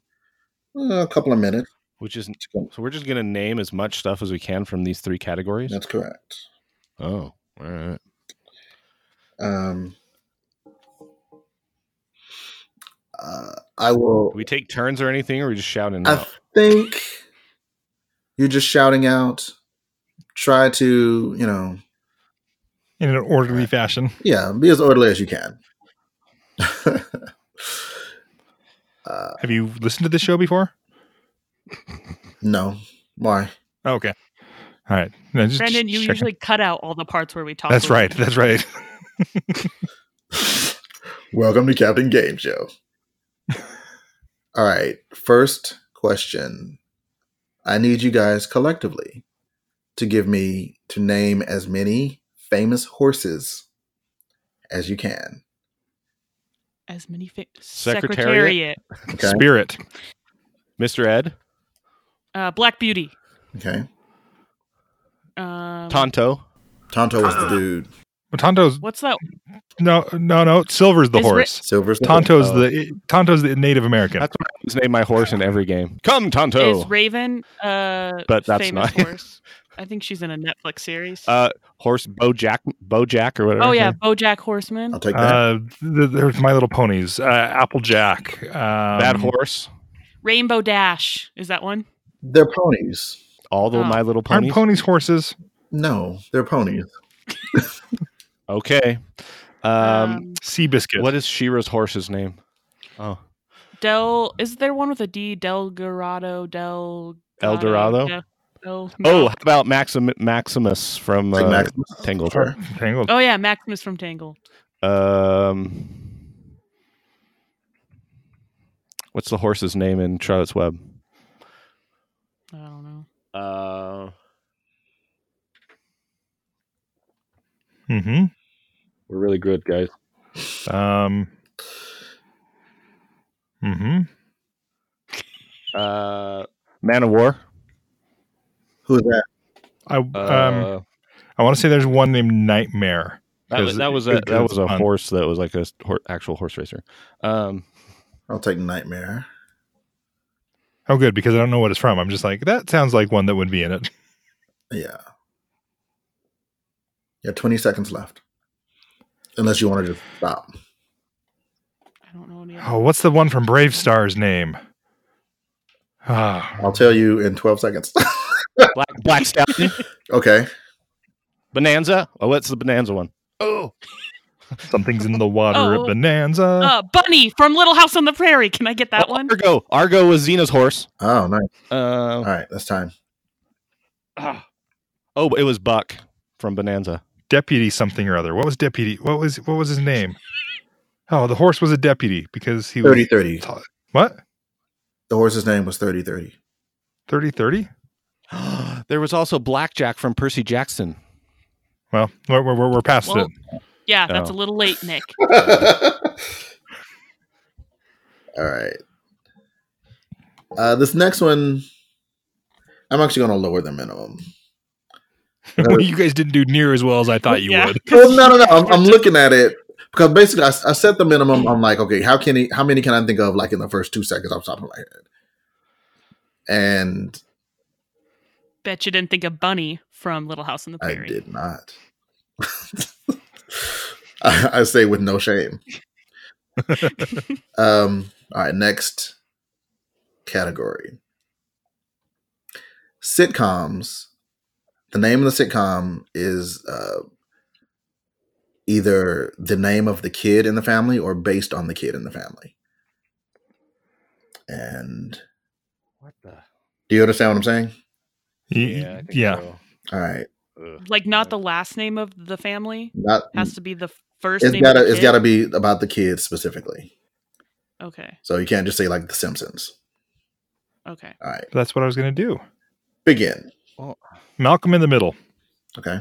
Speaker 3: uh, a couple of minutes.
Speaker 6: Which is so we're just gonna name as much stuff as we can from these three categories.
Speaker 3: That's correct.
Speaker 6: Oh, all right.
Speaker 3: Um. Uh, I will.
Speaker 6: Do we take turns or anything, or are we just Oh, shouting
Speaker 3: I
Speaker 6: out?
Speaker 3: think you're just shouting out. Try to, you know,
Speaker 5: In an orderly fashion.
Speaker 3: yeah, be as orderly as you can. uh,
Speaker 5: Have you listened to this show before?
Speaker 3: no, why?
Speaker 5: Oh, okay. All right. No, just- just
Speaker 7: Brandon, you
Speaker 5: checking.
Speaker 7: usually cut out all the parts where we talk.
Speaker 5: That's
Speaker 7: over
Speaker 5: right.
Speaker 7: you.
Speaker 5: That's right.
Speaker 3: Welcome to Captain Game Show. All right, first question. I need you guys collectively to give me to name as many famous horses as you can.
Speaker 7: As many fa-
Speaker 6: Secretariat?
Speaker 7: Secretariat.
Speaker 3: Okay.
Speaker 5: Spirit.
Speaker 6: Mr. Ed,
Speaker 7: Uh, Black Beauty.
Speaker 3: Okay.
Speaker 7: Um,
Speaker 6: Tonto,
Speaker 3: Tonto was the dude.
Speaker 5: Tonto's
Speaker 7: What's that?
Speaker 5: no, no, no. Silver's the
Speaker 7: Is Ri-
Speaker 5: horse.
Speaker 3: Silver's
Speaker 5: Tonto's
Speaker 6: Oh.
Speaker 5: the Tonto's the Native American.
Speaker 6: That's what I always name my horse in every game. Come, Tonto.
Speaker 7: Is Raven uh,
Speaker 6: Oh. But that's
Speaker 7: famous
Speaker 6: not-
Speaker 7: horse? I think she's in a Netflix series.
Speaker 6: Uh, uh-huh. horse BoJack, BoJack or whatever.
Speaker 7: oh
Speaker 6: his
Speaker 7: yeah,
Speaker 6: name-
Speaker 7: BoJack Horseman.
Speaker 6: Oh.
Speaker 3: I'll take that.
Speaker 5: uh, th- there's My Little Ponies. Uh, Applejack. Um,
Speaker 6: that horse.
Speaker 7: Rainbow Dash is that one?
Speaker 3: they're ponies.
Speaker 6: All the
Speaker 7: Oh.
Speaker 6: My Little
Speaker 5: Aren't
Speaker 6: Ponies.
Speaker 5: ponies horses?
Speaker 3: No, they're ponies.
Speaker 6: okay. Um,
Speaker 5: Seabiscuit.
Speaker 6: what is Shira's horse's name? Oh,
Speaker 7: Del is there one with a D? Del Dorado. Del
Speaker 6: El Dorado?
Speaker 7: Del, Del-
Speaker 6: Oh,
Speaker 7: no.
Speaker 6: how about Maxim- Maximus from
Speaker 3: Like
Speaker 6: uh,
Speaker 3: Maximus.
Speaker 6: Tangled?
Speaker 3: Sure.
Speaker 5: Tangled.
Speaker 7: oh yeah, Maximus from Tangled.
Speaker 6: Um, what's the horse's name in Charlotte's Web?
Speaker 7: I don't know.
Speaker 6: Uh,
Speaker 5: hmm
Speaker 6: we're really good, guys.
Speaker 5: Um. hmm
Speaker 6: Uh, Man of War.
Speaker 3: Who is that?
Speaker 5: I
Speaker 6: Uh,
Speaker 5: um. I want to say there's one named Nightmare.
Speaker 6: that was
Speaker 5: Because
Speaker 6: that was
Speaker 5: it-
Speaker 6: a
Speaker 5: it-
Speaker 6: that
Speaker 5: it's
Speaker 6: was a
Speaker 5: fun.
Speaker 6: horse that was like a s- hor- actual horse racer. Um,
Speaker 3: I'll take Nightmare.
Speaker 5: Oh, good because I don't know what it's from. I'm just like that sounds like one that would be in it.
Speaker 3: Yeah. You have 20 seconds left. Unless you want to just stop.
Speaker 7: I don't know any. Other.
Speaker 5: Oh, what's the one from Brave Star's name? Ah,
Speaker 3: I'll tell you in 12 seconds.
Speaker 6: Black Black Stallion,
Speaker 3: okay.
Speaker 6: Bonanza. Oh, what's the Bonanza one? Oh,
Speaker 5: something's in the water,
Speaker 7: Oh.
Speaker 5: a bonanza.
Speaker 7: Uh, Bunny from Little House on the Prairie. Can I get that
Speaker 6: oh,
Speaker 7: one?
Speaker 6: Argo. Argo was Xena's horse.
Speaker 3: Oh, nice. All
Speaker 6: Uh,
Speaker 3: right. That's time.
Speaker 6: oh, it was Buck from Bonanza.
Speaker 5: Deputy something or other. What was deputy? What was what was his name? Oh, the horse was a deputy because he was
Speaker 3: 30 30.
Speaker 5: what
Speaker 3: The horse's name was 30 30.
Speaker 5: thirty thirty.
Speaker 6: there was also Blackjack from Percy Jackson.
Speaker 5: Well, we're we're, we're past
Speaker 7: Well,
Speaker 5: it.
Speaker 7: yeah, that's
Speaker 6: Oh.
Speaker 7: a little late, Nick.
Speaker 3: All right. Uh, this next one, I'm actually going to lower the minimum.
Speaker 5: Well, you guys didn't do near as well as I thought you
Speaker 7: Yeah.
Speaker 5: would.
Speaker 3: Well, no, no, no. I'm, I'm looking at it because basically I, I set the minimum. I'm like, okay, how can he, how many can I think of like in the first two seconds off the top of my head? And
Speaker 7: Bet you didn't think of Bunny from Little House on the
Speaker 3: I
Speaker 7: Prairie.
Speaker 3: did not. I, I say with no shame. um. All right. Next category: sitcoms. The name of the sitcom is uh, either the name of the kid in the family or based on the kid in the family. And
Speaker 6: What the?
Speaker 3: do you understand what I'm saying?
Speaker 5: Y-
Speaker 6: Yeah.
Speaker 5: yeah.
Speaker 3: All right.
Speaker 6: Ugh.
Speaker 7: like not the last name of the family
Speaker 3: Not
Speaker 7: has to be the first
Speaker 3: it's
Speaker 7: name.
Speaker 3: gotta
Speaker 7: of the
Speaker 3: it's
Speaker 7: kid?
Speaker 3: gotta be about the kids specifically.
Speaker 7: Okay.
Speaker 3: So you can't just say like the Simpsons.
Speaker 7: Okay.
Speaker 3: All right.
Speaker 5: That's what I was going to do.
Speaker 3: Begin.
Speaker 5: Malcolm in the Middle.
Speaker 3: Okay.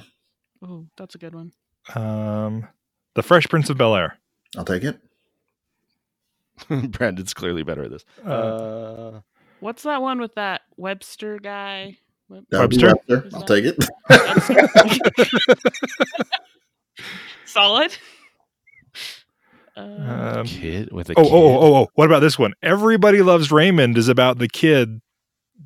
Speaker 7: Oh, that's a good one.
Speaker 5: Um, the Fresh Prince of Bel Air.
Speaker 3: I'll take it.
Speaker 6: Brandon's clearly better at this.
Speaker 5: Uh,
Speaker 6: Uh,
Speaker 7: What's that one with that Webster guy? Web-
Speaker 3: That'll be
Speaker 5: Webster?
Speaker 3: I'll take it.
Speaker 7: Solid. Uh,
Speaker 5: um,
Speaker 6: kid with a
Speaker 5: oh,
Speaker 6: kid.
Speaker 5: oh, oh, oh. What about this one? Everybody Loves Raymond is about the kid.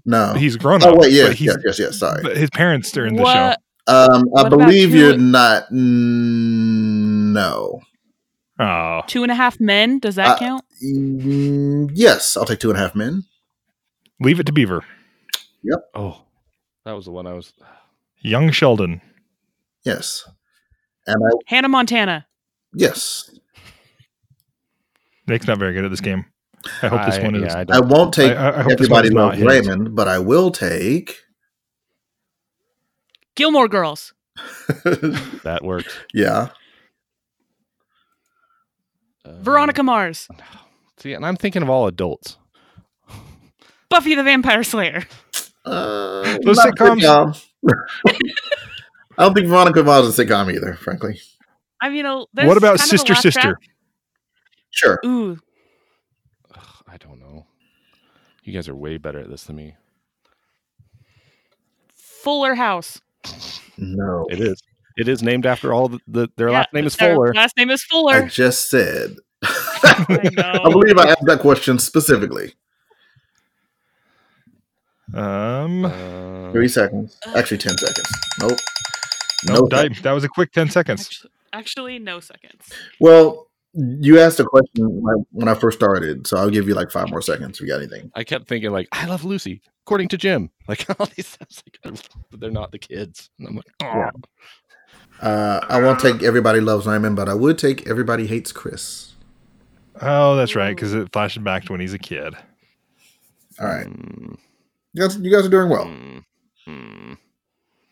Speaker 3: No.
Speaker 5: He's grown up.
Speaker 3: Oh wait,
Speaker 5: but
Speaker 3: yes,
Speaker 5: he's-
Speaker 3: yes, yes, yes. Sorry.
Speaker 5: but his parents are in the show.
Speaker 7: what?
Speaker 3: Um, I
Speaker 7: What about
Speaker 3: believe
Speaker 7: two-
Speaker 3: you're not. mm, No.
Speaker 5: Oh,
Speaker 7: Two and a half men? Does that
Speaker 3: Uh,
Speaker 7: count?
Speaker 3: Mm, Yes, I'll take two and a half men.
Speaker 5: Leave It to Beaver.
Speaker 6: Oh, that was the one I was.
Speaker 5: Young Sheldon.
Speaker 3: Yes, and I
Speaker 7: Hannah Montana.
Speaker 3: yes,
Speaker 5: Nick's not very good at this game. I hope this one is.
Speaker 6: yeah, I
Speaker 3: I
Speaker 6: don't-
Speaker 3: won't take
Speaker 5: I- I hope this
Speaker 3: everybody
Speaker 5: one's not
Speaker 3: loves
Speaker 5: his.
Speaker 3: Raymond, but I will take.
Speaker 7: Gilmore Girls.
Speaker 6: that worked.
Speaker 3: yeah,
Speaker 6: Um,
Speaker 7: Veronica Mars.
Speaker 6: See, and I'm thinking of all adults.
Speaker 7: Buffy the Vampire Slayer.
Speaker 3: uh,
Speaker 5: Those
Speaker 3: not
Speaker 5: sitcoms-
Speaker 3: sitcom. I don't think Veronica Mars is a sitcom either, frankly.
Speaker 7: I mean, a- there's
Speaker 5: What about
Speaker 7: kind of a
Speaker 5: Sister
Speaker 7: laugh
Speaker 5: Sister?
Speaker 7: track.
Speaker 3: Sure,
Speaker 7: Ooh,
Speaker 6: Ugh, I don't know. You guys are way better at this than me.
Speaker 7: Fuller House.
Speaker 3: no,
Speaker 6: It is. It is named after all the, the their
Speaker 7: Yeah,
Speaker 6: last name is
Speaker 7: their
Speaker 6: Fuller.
Speaker 7: Last name is
Speaker 3: I
Speaker 7: Fuller.
Speaker 3: just said.
Speaker 7: I
Speaker 3: I
Speaker 7: know.
Speaker 3: believe I asked that question specifically.
Speaker 5: Um,
Speaker 6: Uh,
Speaker 3: Three seconds, actually ten seconds. Nope.
Speaker 5: no,
Speaker 3: Nope.
Speaker 5: di- that was a quick 10 seconds.
Speaker 7: Actu- Actually, no seconds.
Speaker 3: Well, you asked a question when I- when I first started, so I'll give you like five more seconds if you got anything.
Speaker 6: I kept thinking like I love Lucy, according to Jim. Like all these sounds like "Oh," they're not the kids. And I'm like, oh.
Speaker 3: Yeah. Uh, I won't take everybody loves Raymond, but I would take everybody hates Chris.
Speaker 5: Oh, that's right, because it flashed back to when he's a kid.
Speaker 3: All right,
Speaker 6: Mm,
Speaker 3: you guys, you guys are doing well.
Speaker 6: mm,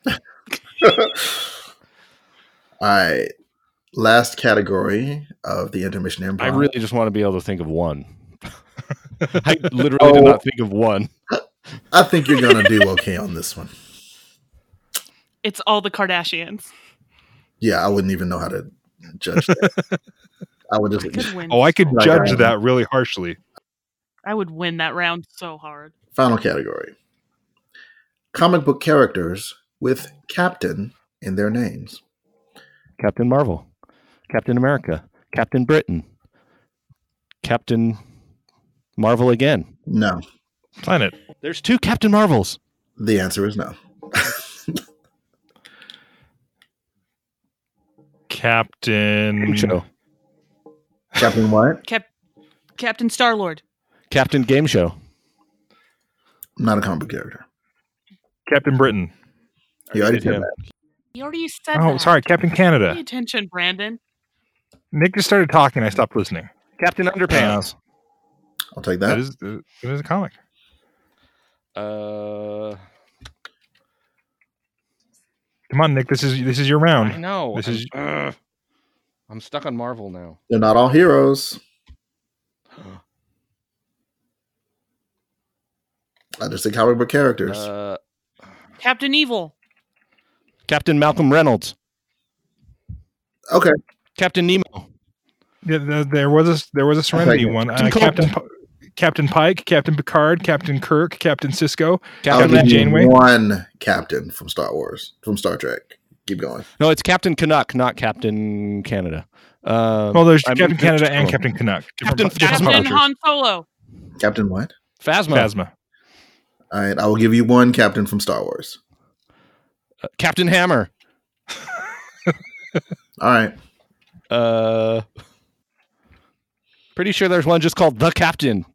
Speaker 6: mm.
Speaker 3: All right, last category of the intermission improv.
Speaker 6: I really just want to be able to think of one. I literally
Speaker 3: Oh.
Speaker 6: did not think of one.
Speaker 3: I think you're gonna do okay on this one.
Speaker 7: It's all the Kardashians.
Speaker 3: Yeah, I wouldn't even know how to judge. That. I would
Speaker 7: I
Speaker 3: just
Speaker 7: could win.
Speaker 5: Oh, I could
Speaker 3: Right,
Speaker 5: judge
Speaker 3: right.
Speaker 5: that really harshly.
Speaker 7: I would win that round so hard.
Speaker 3: final category: comic book characters with Captain in their names.
Speaker 6: Captain Marvel, Captain America, Captain Britain, Captain Marvel again.
Speaker 3: No,
Speaker 5: Planet.
Speaker 6: There's two Captain Marvels.
Speaker 3: the answer is no.
Speaker 5: Captain.
Speaker 6: Game show.
Speaker 3: Captain what?
Speaker 7: Cap- Captain Star Lord.
Speaker 6: Captain Game Show.
Speaker 3: Not a comic book character.
Speaker 5: Captain Britain.
Speaker 3: You already said
Speaker 6: Yeah.
Speaker 3: that.
Speaker 7: You already said
Speaker 5: Oh,
Speaker 7: that.
Speaker 5: sorry, Captain
Speaker 7: Pay
Speaker 5: Canada.
Speaker 7: attention, Brandon.
Speaker 5: Nick just started talking. I stopped listening.
Speaker 6: Captain
Speaker 3: Uh,
Speaker 6: Underpants.
Speaker 3: I'll take
Speaker 5: That
Speaker 3: that.
Speaker 5: is, it is a comic.
Speaker 6: Uh,
Speaker 5: Come on, Nick. This is this is your
Speaker 6: I
Speaker 5: round.
Speaker 6: know.
Speaker 5: This
Speaker 6: I'm-
Speaker 5: is-
Speaker 6: Ugh. I'm stuck on Marvel now.
Speaker 3: They're not all heroes. I just said comic book characters.
Speaker 6: Uh,
Speaker 7: Captain Evil.
Speaker 6: Captain Malcolm Reynolds.
Speaker 3: okay.
Speaker 6: Captain Nemo.
Speaker 5: Yeah, th- there was a there was a Serenity
Speaker 3: it.
Speaker 5: one. Uh,
Speaker 6: Captain Cold.
Speaker 5: Captain P- Captain Pike, Captain Picard, Captain Kirk, Captain Cisco.
Speaker 3: I'll
Speaker 6: Captain
Speaker 3: give
Speaker 5: Captain
Speaker 3: you
Speaker 5: Janeway?
Speaker 3: one captain from Star Wars, from Star Trek. Keep going.
Speaker 6: No, it's Captain Canuck, not Captain Canada. Um,
Speaker 5: Well, there's
Speaker 6: I'm-
Speaker 5: Captain Canada and
Speaker 6: oh.
Speaker 5: Captain Canuck. Different
Speaker 6: Captain
Speaker 5: pu- different
Speaker 6: Phasma.
Speaker 7: Captain
Speaker 5: publishers.
Speaker 7: Han Solo.
Speaker 3: Captain what?
Speaker 6: Phasma.
Speaker 5: Phasma.
Speaker 3: All right. I will give you one captain from Star Wars.
Speaker 6: Uh, Captain Hammer.
Speaker 3: All right.
Speaker 6: Uh, pretty sure there's one just called The Captain.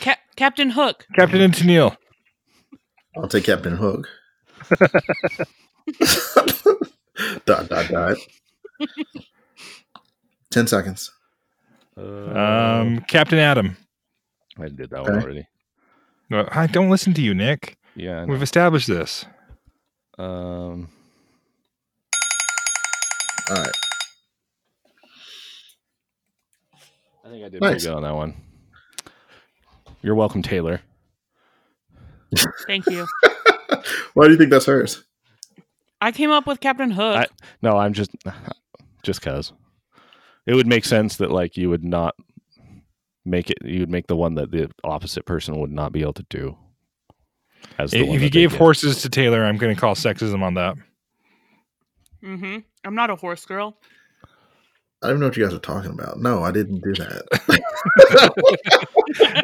Speaker 7: Cap- Captain Hook.
Speaker 5: Captain and Tennille.
Speaker 3: I'll take Captain Hook. dot, dot, dot. 10 seconds.
Speaker 6: Uh,
Speaker 5: Um, Captain Adam.
Speaker 6: I did that one
Speaker 3: okay.
Speaker 6: already.
Speaker 5: No, I don't listen to you, Nick.
Speaker 6: Yeah. I know.
Speaker 5: We've established this.
Speaker 6: Um,
Speaker 3: All right.
Speaker 6: I think I did
Speaker 3: Nice.
Speaker 6: pretty good on that one. You're welcome, Taylor.
Speaker 7: Thank you.
Speaker 3: Why do you think that's hers?
Speaker 7: I came up with Captain Hook.
Speaker 6: I- No, I'm just just cuz. It would make sense that like you would not make it you would make the one that the opposite person would not be able to do. As the one
Speaker 5: If you
Speaker 6: that they
Speaker 5: gave
Speaker 6: did.
Speaker 5: horses to Taylor, I'm going to call sexism on that.
Speaker 7: mm-hmm. I'm not a horse girl.
Speaker 3: I don't even know what you guys are talking about. No, I didn't do that.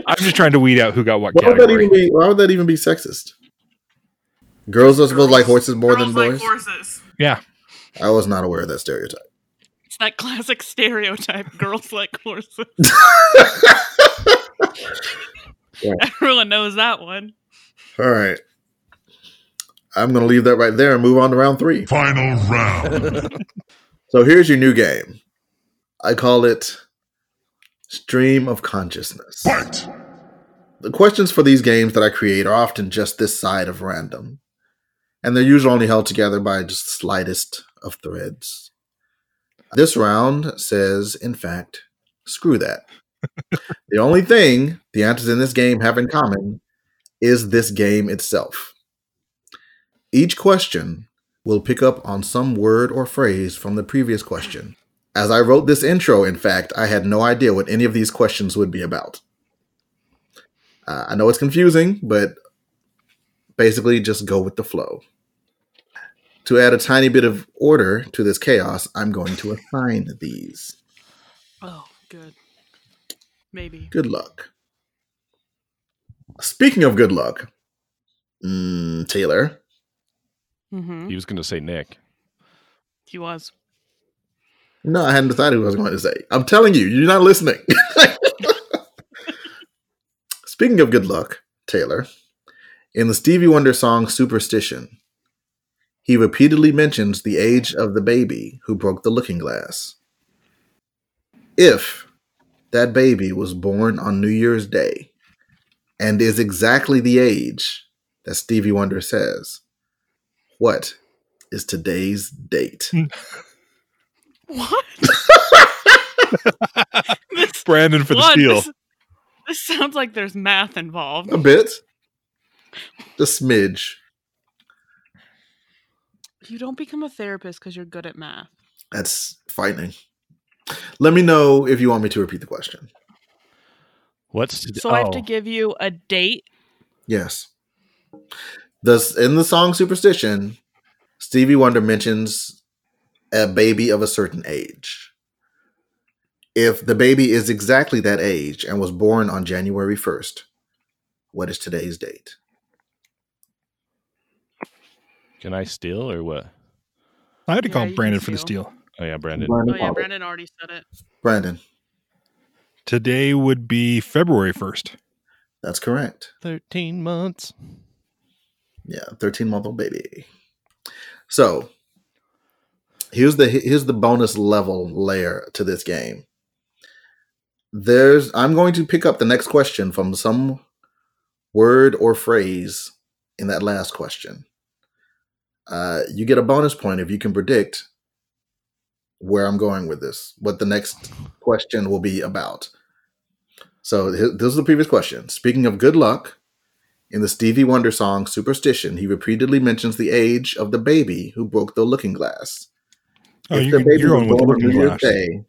Speaker 5: I'm just trying to weed out who got what
Speaker 3: why would that
Speaker 5: category.
Speaker 3: even be? Why would that even be sexist? Girls are supposed to like horses more than boys.
Speaker 7: Girls like horses.
Speaker 5: yeah.
Speaker 3: I was not aware of that stereotype.
Speaker 7: It's that classic stereotype. Girls like horses. Everyone knows that one.
Speaker 3: All right. I'm going to leave that right there and move on to round three.
Speaker 4: Final round.
Speaker 3: So here's your new game. I call it Stream of Consciousness.
Speaker 4: Fight.
Speaker 3: The questions for these games that I create are often just this side of random, and they're usually only held together by just the slightest of threads. This round says, in fact, screw that. the only thing the answers in this game have in common is this game itself. Each question will pick up on some word or phrase from the previous question. As I wrote this intro, in fact, I had no idea what any of these questions would be about. Uh, I know it's confusing, but basically just go with the flow. To add a tiny bit of order to this chaos, I'm going to assign these.
Speaker 7: Oh, good. Maybe.
Speaker 3: Good luck. Speaking of good luck, mm, Taylor,
Speaker 7: Mm-hmm.
Speaker 6: He was going to say Nick.
Speaker 7: He was.
Speaker 3: No, I hadn't decided what I was going to say. I'm telling you, you're not listening. Speaking of good luck, Taylor, in the Stevie Wonder song Superstition, he repeatedly mentions the age of the baby who broke the looking glass. If that baby was born on New Year's Day and is exactly the age that Stevie Wonder says, what is today's date?
Speaker 7: What? this,
Speaker 5: Brandon for the
Speaker 7: one,
Speaker 5: steal.
Speaker 7: This, this sounds like there's math involved.
Speaker 3: A bit. A smidge.
Speaker 7: You don't become a therapist because you're good at math.
Speaker 3: That's frightening. Let me know if you want me to repeat the question.
Speaker 6: What's to,
Speaker 7: So I have
Speaker 6: oh.
Speaker 7: to give you a date.
Speaker 3: Yes. Thus, in the song Superstition, Stevie Wonder mentions a baby of a certain age. If the baby is exactly that age and was born on January 1st, what is today's date?
Speaker 6: Can I steal or what?
Speaker 5: I had to
Speaker 7: Yeah,
Speaker 5: call
Speaker 7: you can
Speaker 5: Brandon for the
Speaker 7: steal.
Speaker 5: steal.
Speaker 6: Oh yeah, Brandon.
Speaker 7: Oh yeah, Brandon already said it.
Speaker 3: Brandon,
Speaker 5: Today would be February 1st.
Speaker 3: that's correct.
Speaker 6: 13 months.
Speaker 3: Yeah, 13 month old baby. So here's the here's the bonus level layer to this game. There's I'm going to pick up the next question from some word or phrase in that last question. Uh, you get a bonus point if you can predict where I'm going with this, what the next question will be about. So hi- this is the previous question. Speaking of good luck, in the Stevie Wonder song Superstition, he repeatedly mentions the age of the baby who broke the looking glass.
Speaker 5: Oh,
Speaker 3: If
Speaker 5: you
Speaker 3: the
Speaker 5: can, you're
Speaker 3: was
Speaker 5: on with
Speaker 3: born on
Speaker 5: Looking
Speaker 3: New Year's
Speaker 5: Glass.
Speaker 3: Day,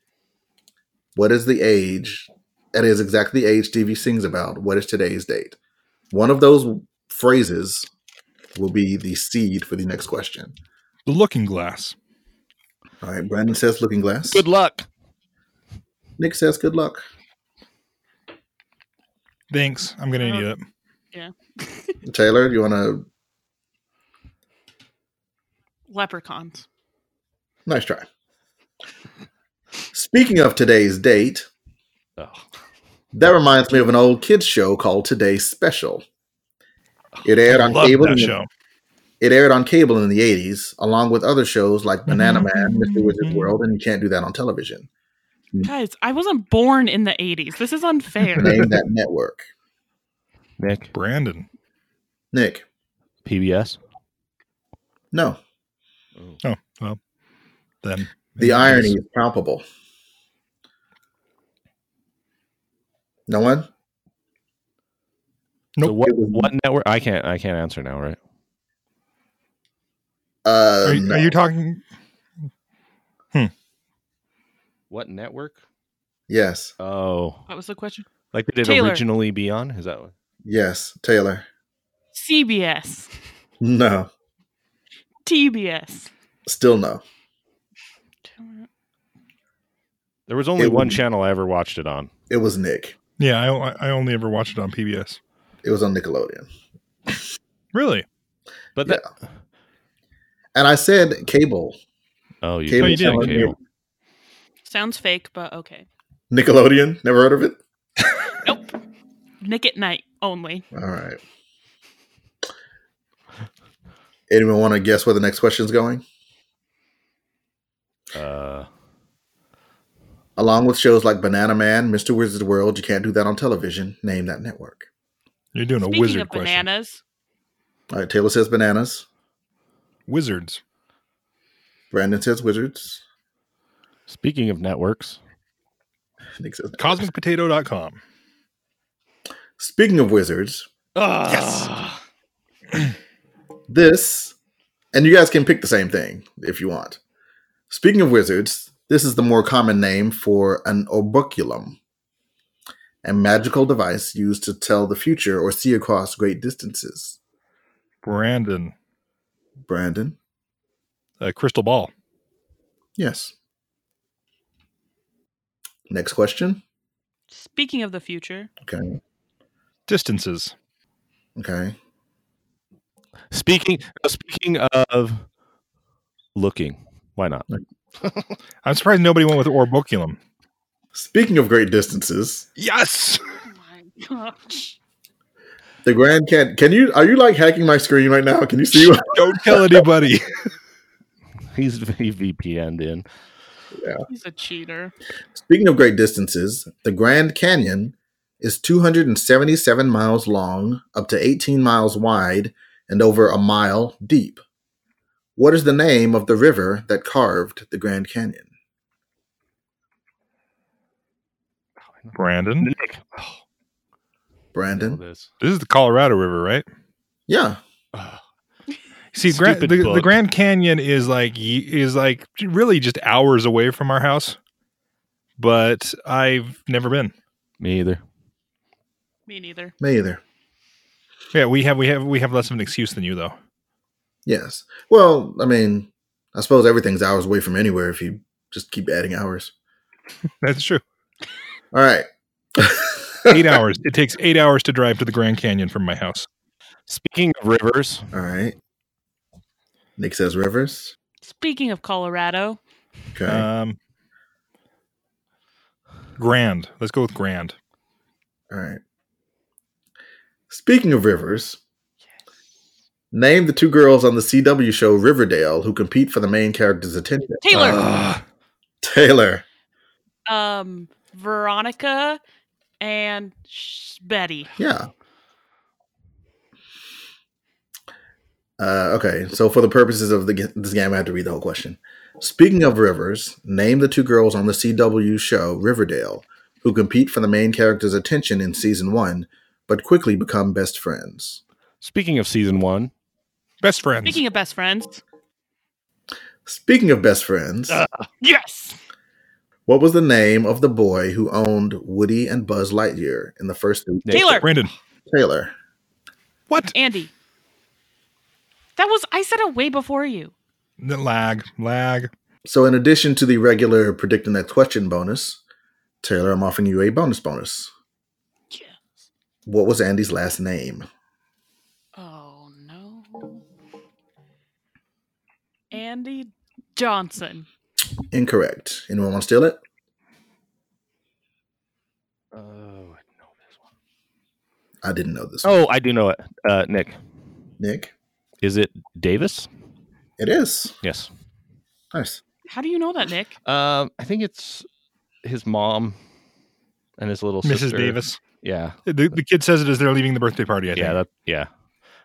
Speaker 3: what is the age? That is exactly the age Stevie sings about. What is today's date? One of those phrases will be the seed for the next question.
Speaker 5: The Looking Glass.
Speaker 3: All right, Brandon says looking glass.
Speaker 6: Good luck.
Speaker 3: Nick says good luck.
Speaker 5: Thanks. I'm going to need it.
Speaker 3: Taylor, you want to?
Speaker 7: Leprechauns.
Speaker 3: Nice try. Speaking of today's date,
Speaker 6: Oh.
Speaker 3: That reminds me of an old kids show called Today's Special. It aired on
Speaker 5: Love
Speaker 3: cable.
Speaker 5: that
Speaker 3: in the-
Speaker 5: show.
Speaker 3: It aired on cable in the '80s, along with other shows like
Speaker 5: Mm-hmm.
Speaker 3: Banana Man, Mr. Wizard's World, and you can't do that on television.
Speaker 5: Mm.
Speaker 7: Guys, I wasn't born in the 80s. This is unfair.
Speaker 3: Name that network,
Speaker 6: Nick.
Speaker 5: Brandon.
Speaker 3: Nick.
Speaker 6: PBS.
Speaker 3: No,
Speaker 5: Oh, well, then.
Speaker 3: The irony is palpable. No one?
Speaker 6: So
Speaker 5: Nope.
Speaker 6: what, what network? I can't. I can't answer now, right?
Speaker 3: Uh,
Speaker 5: Are, you-
Speaker 3: no.
Speaker 5: are you talking?
Speaker 6: What network?
Speaker 3: Yes.
Speaker 6: Oh,
Speaker 7: What was the question?
Speaker 6: like they did
Speaker 7: Taylor.
Speaker 6: originally. Be on. Is that what?
Speaker 3: Yes. Taylor.
Speaker 7: CBS,
Speaker 3: No.
Speaker 7: TBS.
Speaker 3: Still no.
Speaker 6: There was only
Speaker 3: It
Speaker 6: one
Speaker 3: would-
Speaker 6: channel I ever watched it on.
Speaker 3: It was Nick.
Speaker 5: Yeah, I, I only ever watched it on PBS.
Speaker 3: It was on Nickelodeon.
Speaker 5: Really?
Speaker 6: But that,
Speaker 3: And I said cable.
Speaker 6: oh, you,
Speaker 3: Cable
Speaker 5: Oh, you did.
Speaker 6: did. say cable.
Speaker 7: Sounds fake, but okay.
Speaker 3: Nickelodeon. Never heard of it?
Speaker 7: Nick at night only.
Speaker 3: All right. Anyone want to guess where the next question's going?
Speaker 6: Uh,
Speaker 3: Along with shows like Banana Man, Mr. Wizard's World, you can't do that on television. Name that network.
Speaker 5: You're doing a
Speaker 7: Speaking
Speaker 5: wizard
Speaker 7: of
Speaker 5: question.
Speaker 7: bananas,
Speaker 3: All right, Taylor says bananas.
Speaker 5: Wizards.
Speaker 3: Brandon says wizards.
Speaker 6: speaking of networks,
Speaker 3: Nick says
Speaker 5: CosmicPotato.com.
Speaker 3: Speaking of wizards,
Speaker 6: Ah.
Speaker 3: this, and you guys can pick the same thing if you want. Speaking of wizards, this is the more common name for an orbiculum, a magical device used to tell the future or see across great distances.
Speaker 5: Brandon.
Speaker 3: Brandon,
Speaker 5: Uh, crystal ball.
Speaker 3: yes. Next question.
Speaker 7: speaking of the future,
Speaker 3: Okay.
Speaker 5: Distances.
Speaker 3: Okay.
Speaker 6: speaking uh, speaking of looking, why not?
Speaker 5: I'm surprised nobody went with orbiculum.
Speaker 3: Speaking of great distances,
Speaker 5: Yes.
Speaker 7: oh my gosh.
Speaker 3: the Grand Can can you are you like hacking my screen right now? Can you see what
Speaker 5: Don't tell anybody.
Speaker 6: He's he VPN'd in.
Speaker 7: He's a cheater.
Speaker 3: Speaking of great distances, the Grand Canyon is 277 miles long, up to 18 miles wide, and over a mile deep. What is the name of the river that carved the Grand Canyon?
Speaker 5: Brandon.
Speaker 6: Nick,
Speaker 3: Brandon?
Speaker 6: this.
Speaker 5: This is the Colorado River, right?
Speaker 3: Yeah.
Speaker 5: See, Grand,
Speaker 6: Stupid
Speaker 5: the, the
Speaker 6: book.
Speaker 5: Grand Canyon is like y- is like really just hours away from our house, but I've never been.
Speaker 6: Me either.
Speaker 7: Me neither.
Speaker 3: Me either.
Speaker 5: Yeah, we have we have we have less of an excuse than you though.
Speaker 3: Yes. Well, I mean, I suppose everything's hours away from anywhere if you just keep adding hours.
Speaker 5: That's true.
Speaker 3: All right.
Speaker 5: Eight hours. It takes eight hours to drive to the Grand Canyon from my house.
Speaker 6: Speaking of rivers,
Speaker 3: All right. Nick says rivers.
Speaker 7: Speaking of Colorado,
Speaker 3: Okay.
Speaker 5: Um, grand. Let's go with grand.
Speaker 3: All right. Speaking of rivers, name the two girls on the CW show Riverdale who compete for the main character's attention.
Speaker 7: Taylor,
Speaker 5: Ugh.
Speaker 3: Taylor.
Speaker 5: Uh.
Speaker 7: um, Veronica, and Sh- Betty.
Speaker 3: Yeah. Uh, okay, so for the purposes of the g- this game, I had to read the whole question. Speaking of rivers, name the two girls on the CW show Riverdale who compete for the main character's attention in season one, but quickly become best friends.
Speaker 6: speaking of season one,
Speaker 5: Best friends.
Speaker 7: Speaking of best friends,
Speaker 3: Speaking of best friends,
Speaker 7: yes,
Speaker 3: What was the name of the boy who owned Woody and Buzz Lightyear in the first three?
Speaker 6: Nick.
Speaker 7: Taylor,
Speaker 5: Brandon.
Speaker 3: Taylor.
Speaker 5: What?
Speaker 7: Andy. That was I said it way before you.
Speaker 5: The lag. Lag.
Speaker 3: So, in addition to the regular predict the next question bonus, Taylor, I'm offering you a bonus bonus.
Speaker 7: Yeah.
Speaker 3: What was Andy's last name?
Speaker 7: Oh no. Andy Johnson.
Speaker 3: Incorrect. Anyone want to steal it?
Speaker 6: Oh, I know this one.
Speaker 3: I didn't know this.
Speaker 6: Oh, I do know it. Uh, Nick,
Speaker 3: Nick,
Speaker 6: is it Davis?
Speaker 3: it is
Speaker 6: Yes.
Speaker 3: nice.
Speaker 7: How do you know that, Nick?
Speaker 6: Um, I think it's his mom and his little
Speaker 5: Mrs.
Speaker 6: sister.
Speaker 5: Davis.
Speaker 6: Yeah,
Speaker 5: The, the kid says it as they're leaving the birthday party. I think.
Speaker 6: yeah, that, yeah. I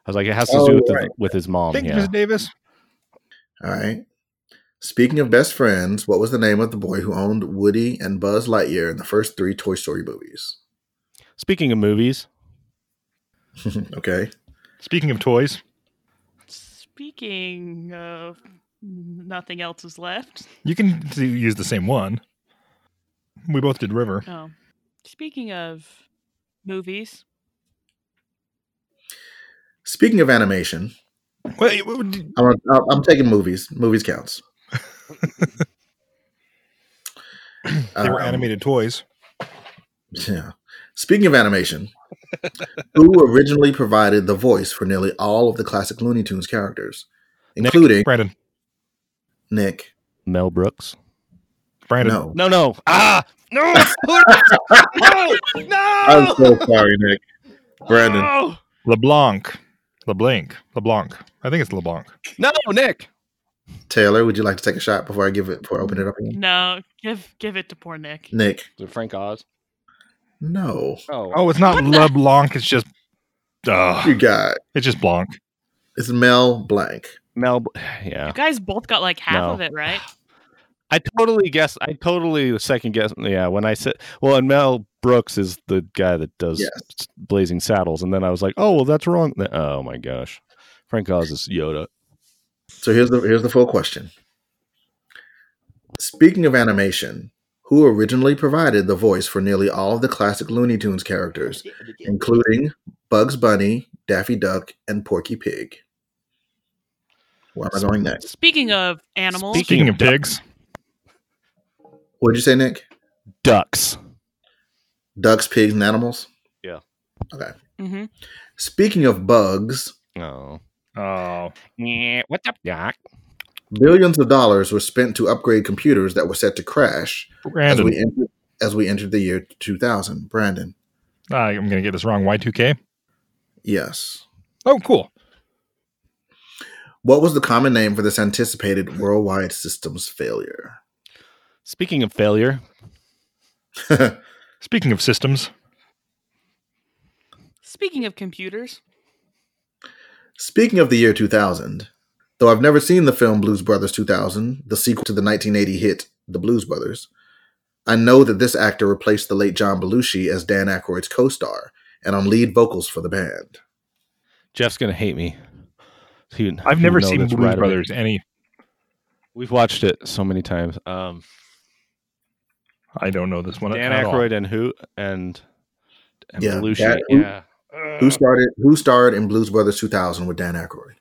Speaker 6: was like, it has to
Speaker 3: Oh,
Speaker 6: do with,
Speaker 3: right.
Speaker 6: the, with his mom.
Speaker 5: Thank you,
Speaker 6: yeah.
Speaker 5: Mrs. Davis.
Speaker 3: All right. Speaking of best friends, what was the name of the boy who owned Woody and Buzz Lightyear in the first three Toy Story movies?
Speaker 6: Speaking of movies,
Speaker 3: okay.
Speaker 5: Speaking of toys,
Speaker 7: Speaking of nothing else is left.
Speaker 5: you can t- use the same one. We both did River.
Speaker 7: Oh. Speaking of movies.
Speaker 3: Speaking of animation,
Speaker 5: Wait, what would-
Speaker 3: I'm, I'm- I'm taking movies. Movies counts.
Speaker 5: they were
Speaker 3: Um,
Speaker 5: animated toys.
Speaker 3: Yeah. Speaking of animation, who originally provided the voice for nearly all of the classic Looney Tunes characters,
Speaker 6: Nick.
Speaker 3: including
Speaker 5: Brandon,
Speaker 3: Nick?
Speaker 6: Mel Brooks.
Speaker 5: Brandon,
Speaker 3: No.
Speaker 6: No, no. Ah, no. no,
Speaker 3: I'm
Speaker 6: no.
Speaker 3: so sorry, Nick. Brandon.
Speaker 6: No,
Speaker 5: LeBlanc, LeBlanc, LeBlanc. I think it's LeBlanc.
Speaker 6: no, Nick.
Speaker 3: Taylor, would you like to take a shot before I give it before I open it up again?
Speaker 7: No, give give it to poor Nick.
Speaker 3: Nick.
Speaker 6: Is it Frank Oz?
Speaker 3: No.
Speaker 5: Oh, it's not LeBlanc. It's just,
Speaker 3: You
Speaker 5: uh,
Speaker 3: got
Speaker 5: it's just Blanc.
Speaker 3: it's Mel Blank.
Speaker 6: Mel.
Speaker 7: You
Speaker 6: Yeah,
Speaker 7: guys both got like half
Speaker 6: No.
Speaker 7: of it, right?
Speaker 6: I totally guessed. I totally second guess. Yeah, when I said, well, and Mel Brooks is the guy that does
Speaker 3: Yes.
Speaker 6: Blazing Saddles, and then I was like, oh, well, that's wrong. Th- Oh my gosh, Frank Oz is Yoda.
Speaker 3: So here's the here's the full question. Speaking of animation, who originally provided the voice for nearly all of the classic Looney Tunes characters, including Bugs Bunny, Daffy Duck, and Porky Pig? Where am I going next?
Speaker 7: Speaking of animals,
Speaker 6: Speak-
Speaker 5: Speaking of
Speaker 6: Duck.
Speaker 5: pigs,
Speaker 3: What'd you say, Nick?
Speaker 6: Ducks.
Speaker 3: Ducks, pigs, and animals?
Speaker 6: Yeah.
Speaker 3: Okay.
Speaker 7: Mhm.
Speaker 3: Speaking of bugs,
Speaker 6: Oh,
Speaker 5: oh,
Speaker 6: yeah. What's up, Doc?
Speaker 3: billions of dollars were spent to upgrade computers that were set to crash as
Speaker 5: Brandon.
Speaker 3: we, entered, as we entered the year 2000. Brandon,
Speaker 5: Ah, I'm gonna get this wrong. Y2K.
Speaker 3: yes.
Speaker 5: Oh, cool.
Speaker 3: What was the common name for this anticipated worldwide systems failure?
Speaker 6: Speaking of failure,
Speaker 5: Speaking of systems,
Speaker 7: speaking of computers,
Speaker 3: Speaking of the year 2000, though I've never seen the film Blues Brothers 2000, the sequel to the 1980 hit The Blues Brothers, I know that this actor replaced the late John Belushi as Dan Aykroyd's co star and on lead vocals for the band.
Speaker 6: Jeff's gonna hate me. He-
Speaker 5: I've
Speaker 6: he
Speaker 5: never
Speaker 6: know
Speaker 5: seen
Speaker 6: this
Speaker 5: Blues
Speaker 6: right away.
Speaker 5: Brothers. Any,
Speaker 6: We've watched it so many times. Um,
Speaker 5: I don't know this one.
Speaker 6: Dan
Speaker 5: at all.
Speaker 6: Aykroyd and who and, and
Speaker 3: Yeah,
Speaker 6: Belushi.
Speaker 3: that- who-
Speaker 6: yeah.
Speaker 3: Who started Who starred in Blues Brothers 2000 with Dan Aykroyd?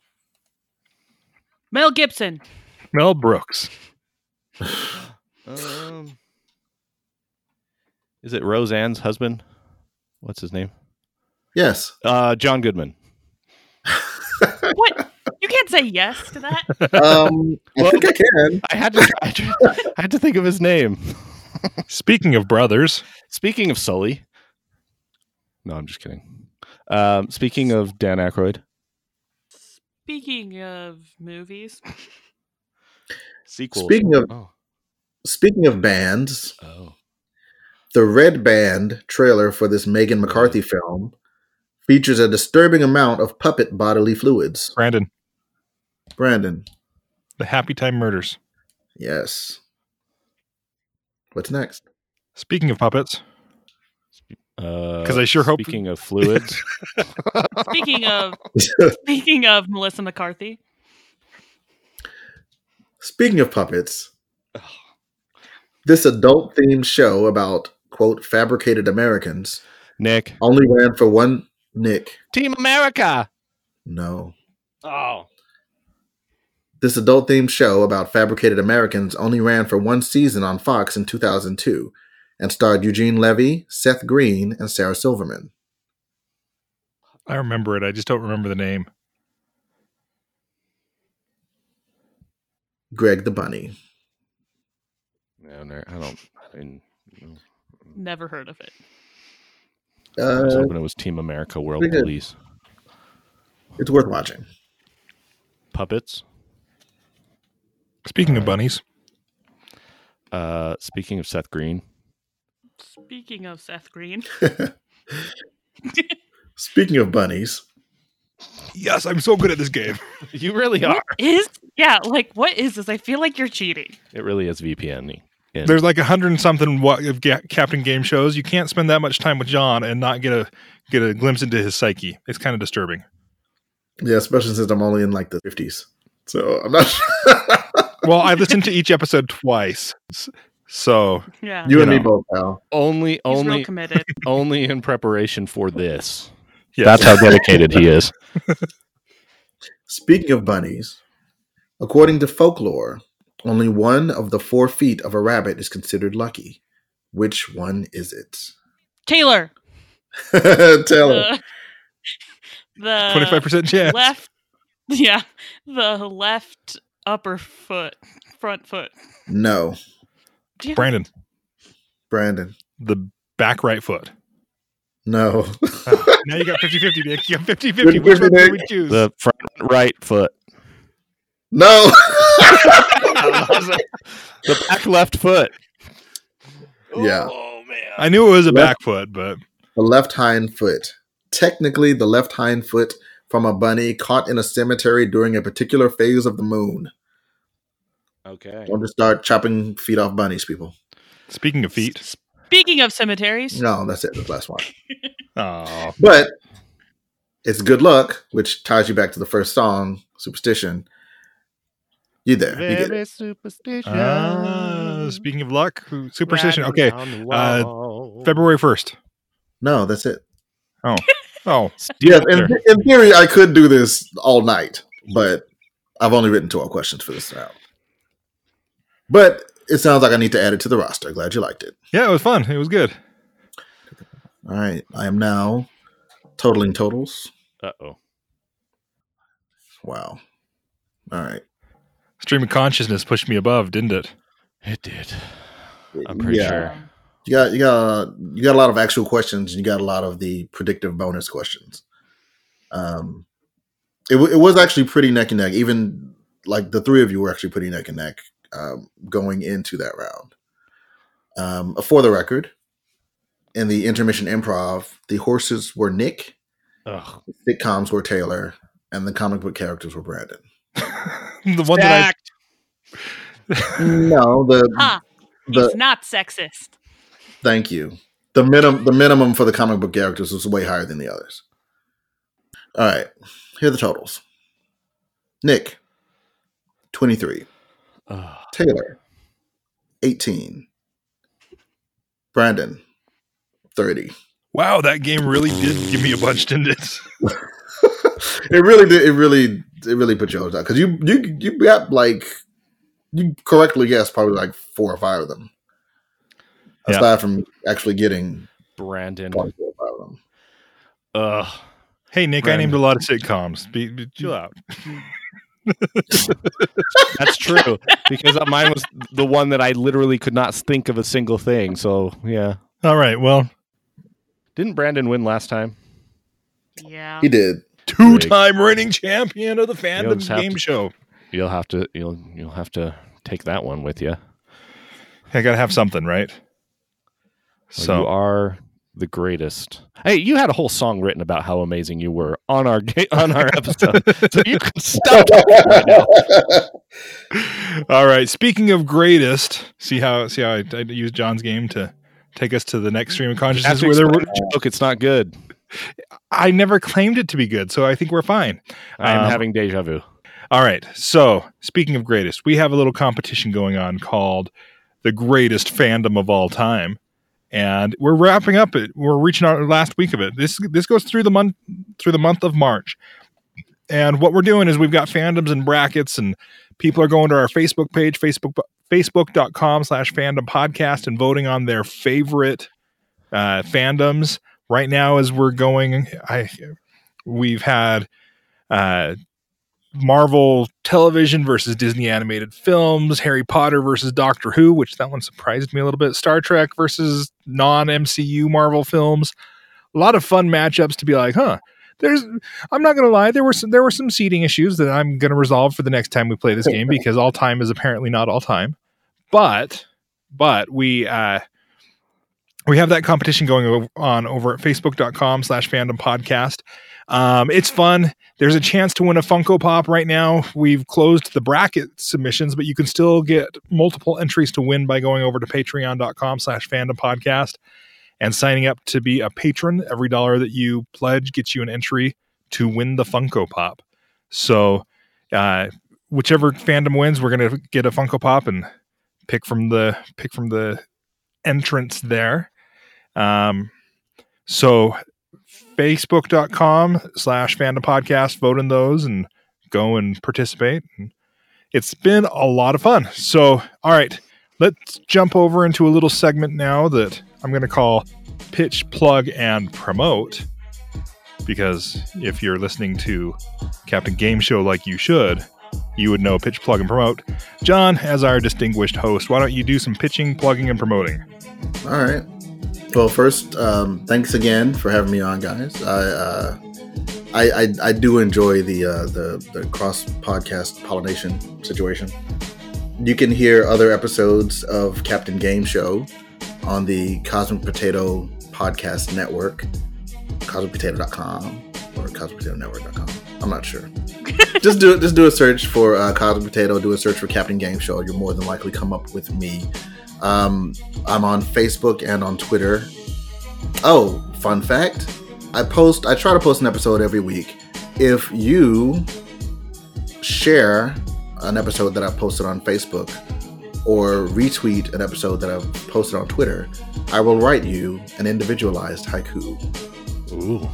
Speaker 7: Mel Gibson.
Speaker 5: Mel Brooks.
Speaker 6: Um, is it Roseanne's husband? What's his name?
Speaker 3: Yes.
Speaker 6: Uh, John Goodman.
Speaker 7: What? You can't say yes to that.
Speaker 3: Um, I think I can.
Speaker 6: I had to. I had to, I had to think of his name.
Speaker 5: Speaking of brothers,
Speaker 6: Speaking of Sully. No, I'm just kidding. Um, speaking of Dan Aykroyd,
Speaker 7: Speaking of movies,
Speaker 6: sequel.
Speaker 3: Speaking of-
Speaker 6: oh,
Speaker 3: Speaking of bands,
Speaker 6: oh.
Speaker 3: The Red Band trailer for this Megan McCarthy film features a disturbing amount of puppet bodily fluids.
Speaker 5: Brandon,
Speaker 3: Brandon,
Speaker 5: the Happy Time Murders.
Speaker 3: yes. What's next?
Speaker 5: Speaking of puppets,
Speaker 6: because
Speaker 5: because I sure hope
Speaker 6: Uh, Speaking of fluids,
Speaker 7: speaking of speaking of Melissa McCarthy,
Speaker 3: Speaking of puppets, this adult themed show about, quote, fabricated Americans
Speaker 6: Nick,
Speaker 3: only ran for one Nick.
Speaker 6: Team America.
Speaker 3: No.
Speaker 6: Oh,
Speaker 3: This adult themed show about fabricated Americans only ran for one season on Fox in 2002 and starred Eugene Levy, Seth Green, and Sarah Silverman.
Speaker 5: I remember it. I just don't remember the name.
Speaker 3: Greg the Bunny.
Speaker 6: no, no, I don't. I didn't-
Speaker 7: never heard of it.
Speaker 6: I was
Speaker 3: Uh,
Speaker 6: hoping it was Team America World
Speaker 3: pretty good.
Speaker 6: Police.
Speaker 3: it's worth watching.
Speaker 6: Puppets.
Speaker 5: Speaking of bunnies,
Speaker 6: Uh, speaking of Seth Green,
Speaker 7: Speaking of Seth Green,
Speaker 3: Speaking of bunnies,
Speaker 5: yes, I'm so good at this game.
Speaker 6: You really are.
Speaker 7: Is yeah, like what is this? I feel like you're cheating.
Speaker 6: It really is VPN. And
Speaker 5: There's like a hundred and something what of ga- Captain Game shows. You can't spend that much time with John and not get a get a glimpse into his psyche. It's kind of disturbing.
Speaker 3: Yeah, especially since I'm only in like the 50s. So I'm not sure.
Speaker 5: Well, I listened to each episode twice, s- so
Speaker 7: Yeah,
Speaker 3: you, and
Speaker 6: know.
Speaker 3: me both, pal.
Speaker 6: only,
Speaker 7: he's real
Speaker 6: only,
Speaker 7: committed.
Speaker 6: only in preparation for this.
Speaker 5: yes.
Speaker 6: That's how dedicated he is.
Speaker 3: Speaking of bunnies, according to folklore, only one of the four feet of a rabbit is considered lucky. Which one is
Speaker 7: Taylor,
Speaker 3: it? Tell her.
Speaker 7: the the
Speaker 5: twenty five percent chance.
Speaker 7: left, yeah, the left upper foot, front foot.
Speaker 3: No,
Speaker 7: Damn it.
Speaker 5: Brandon,
Speaker 3: Brandon.
Speaker 5: the back right foot.
Speaker 3: No.
Speaker 5: Oh, now you got 50-50, Nick. You got 50-50.
Speaker 3: 50-50,
Speaker 5: Which one do we
Speaker 3: Nick.
Speaker 5: choose?
Speaker 6: The front right foot.
Speaker 3: no.
Speaker 6: the back left foot.
Speaker 3: Yeah.
Speaker 6: Oh man.
Speaker 5: I knew it was a back foot, but
Speaker 3: the left hind foot. Technically, the left hind foot from a bunny caught in a cemetery during a particular phase of the moon.
Speaker 6: Okay.
Speaker 3: Don't just start chopping feet off bunnies, people.
Speaker 5: speaking of feet,
Speaker 7: Speaking of cemeteries,
Speaker 3: No, that's it. That's the last one.
Speaker 5: oh,
Speaker 3: But it's good luck, which ties you back to the first song, Superstition. You there. You get it.
Speaker 6: superstitious. Ah,
Speaker 5: uh, speaking of luck, superstition.
Speaker 6: Writing
Speaker 5: Okay,
Speaker 6: on the
Speaker 5: uh,
Speaker 6: wall.
Speaker 5: February first.
Speaker 3: No, that's it.
Speaker 5: Oh,
Speaker 3: Yeah,
Speaker 6: Sure.
Speaker 3: in, in theory, I could do this all night, but I've only written 12 questions for this round. But it sounds like I need to add it to the roster. Glad you liked it.
Speaker 5: yeah, it was fun. It was good.
Speaker 3: All right. I am now totaling totals.
Speaker 6: Uh-oh.
Speaker 3: Wow. All right.
Speaker 5: Stream of consciousness pushed me above, didn't it?
Speaker 6: It did. I'm pretty
Speaker 3: Yeah.
Speaker 6: sure.
Speaker 3: You got you got you got a lot of actual questions. and You got a lot of the predictive bonus questions. Um, it wa- it was actually pretty neck and neck. Even like the three of you were actually pretty neck and neck um, going into that round. Um, for the record, in the intermission improv, the horses were Nick,
Speaker 6: Ugh.
Speaker 3: the sitcoms were Taylor, and the comic book characters were Brandon.
Speaker 5: the one that
Speaker 3: No, the
Speaker 7: ah,
Speaker 3: the
Speaker 7: he's not sexist.
Speaker 3: Thank you. The minimum the minimum for the comic book characters was way higher than the others. All right. Here are the totals. Nick 23,
Speaker 6: Ugh.
Speaker 3: Taylor 18, Brandon 30.
Speaker 5: wow, that game really did give me a bunch, didn't it?
Speaker 3: It really did it really it really put you out cuz you you you got like you correctly guessed probably like four or five of them.
Speaker 5: Yeah.
Speaker 3: Aside from actually getting
Speaker 6: Brandon.
Speaker 3: probably four or five of them.
Speaker 6: Ugh.
Speaker 5: Hey, Nick, I
Speaker 6: Brandon.
Speaker 5: named a lot of sitcoms. Be, be- chill out.
Speaker 6: That's true because mine was the one that I literally could not think of a single thing. So, yeah.
Speaker 5: All right. Well,
Speaker 6: Didn't Brandon win last time?
Speaker 7: Yeah,
Speaker 3: He did.
Speaker 5: two-time reigning champion of the fandom
Speaker 6: just have
Speaker 5: game
Speaker 6: to-
Speaker 5: show.
Speaker 6: You'll have to you'll you'll have to take that one with you.
Speaker 5: I gotta have something,
Speaker 6: Oh,
Speaker 5: right?
Speaker 6: So you
Speaker 5: So
Speaker 6: are the greatest. Hey, you had a whole song written about how amazing you were on our ga- on our episode. so you can stop.
Speaker 5: All right. Speaking of greatest, see how see how I, I use John's game to take us to the next stream of consciousness.
Speaker 6: After
Speaker 5: Where there were,
Speaker 6: joke, it's not good.
Speaker 5: I never claimed it to be good, so I think we're fine.
Speaker 6: I'm
Speaker 5: Um,
Speaker 6: having deja vu.
Speaker 5: All right. So speaking of greatest, we have a little competition going on called the greatest fandom of all time, and we're wrapping up it. We're reaching our last week of it. This this goes through the month through the month of March, and what we're doing is we've got fandoms and brackets, and people are going to our Facebook page, Facebook facebook.com slash fandom podcast, and voting on their favorite uh, fandoms. Right now, as we're going, I we've had. Uh, Marvel television versus Disney animated films, Harry Potter versus Doctor Who, which that one surprised me a little bit, Star Trek versus non MCU Marvel films. A lot of fun matchups to be like, huh. There's I'm not gonna lie, there were some there were some seating issues that I'm gonna resolve for the next time we play this game because all time is apparently not all time. But but we uh we have that competition going o- on over at facebook.com slash fandom podcast um, it's fun there's a chance to win a funko pop right now we've closed the bracket submissions but you can still get multiple entries to win by going over to patreon.com slash fandom podcast and signing up to be a patron every dollar that you pledge gets you an entry to win the funko pop so uh, whichever fandom wins we're going to get a funko pop and pick from the pick from the entrance there um, so facebook.com slash fandom podcast, vote in those and go and participate. And it's been a lot of fun. So, all right, let's jump over into a little segment now that I'm going to call pitch, plug, and promote. Because if you're listening to Captain Game Show like you should, you would know pitch, plug, and promote. John, as our distinguished host, why don't you do some pitching, plugging, and promoting?
Speaker 3: All right. Well, first, um, thanks again for having me on, guys. I uh, I, I, I do enjoy the uh, the, the cross podcast pollination situation. You can hear other episodes of Captain Game Show on the Cosmic Potato Podcast Network, cosmicpotato.com or cosmicpotatonetwork.com. I'm not sure. just do just do a search for uh, Cosmic Potato. Do a search for Captain Game Show. You'll more than likely come up with me. Um, I'm on Facebook and on Twitter. Oh, fun fact. I post I try to post an episode every week. If you share an episode that I've posted on Facebook or retweet an episode that I've posted on Twitter, I will write you an individualized haiku.
Speaker 6: Ooh.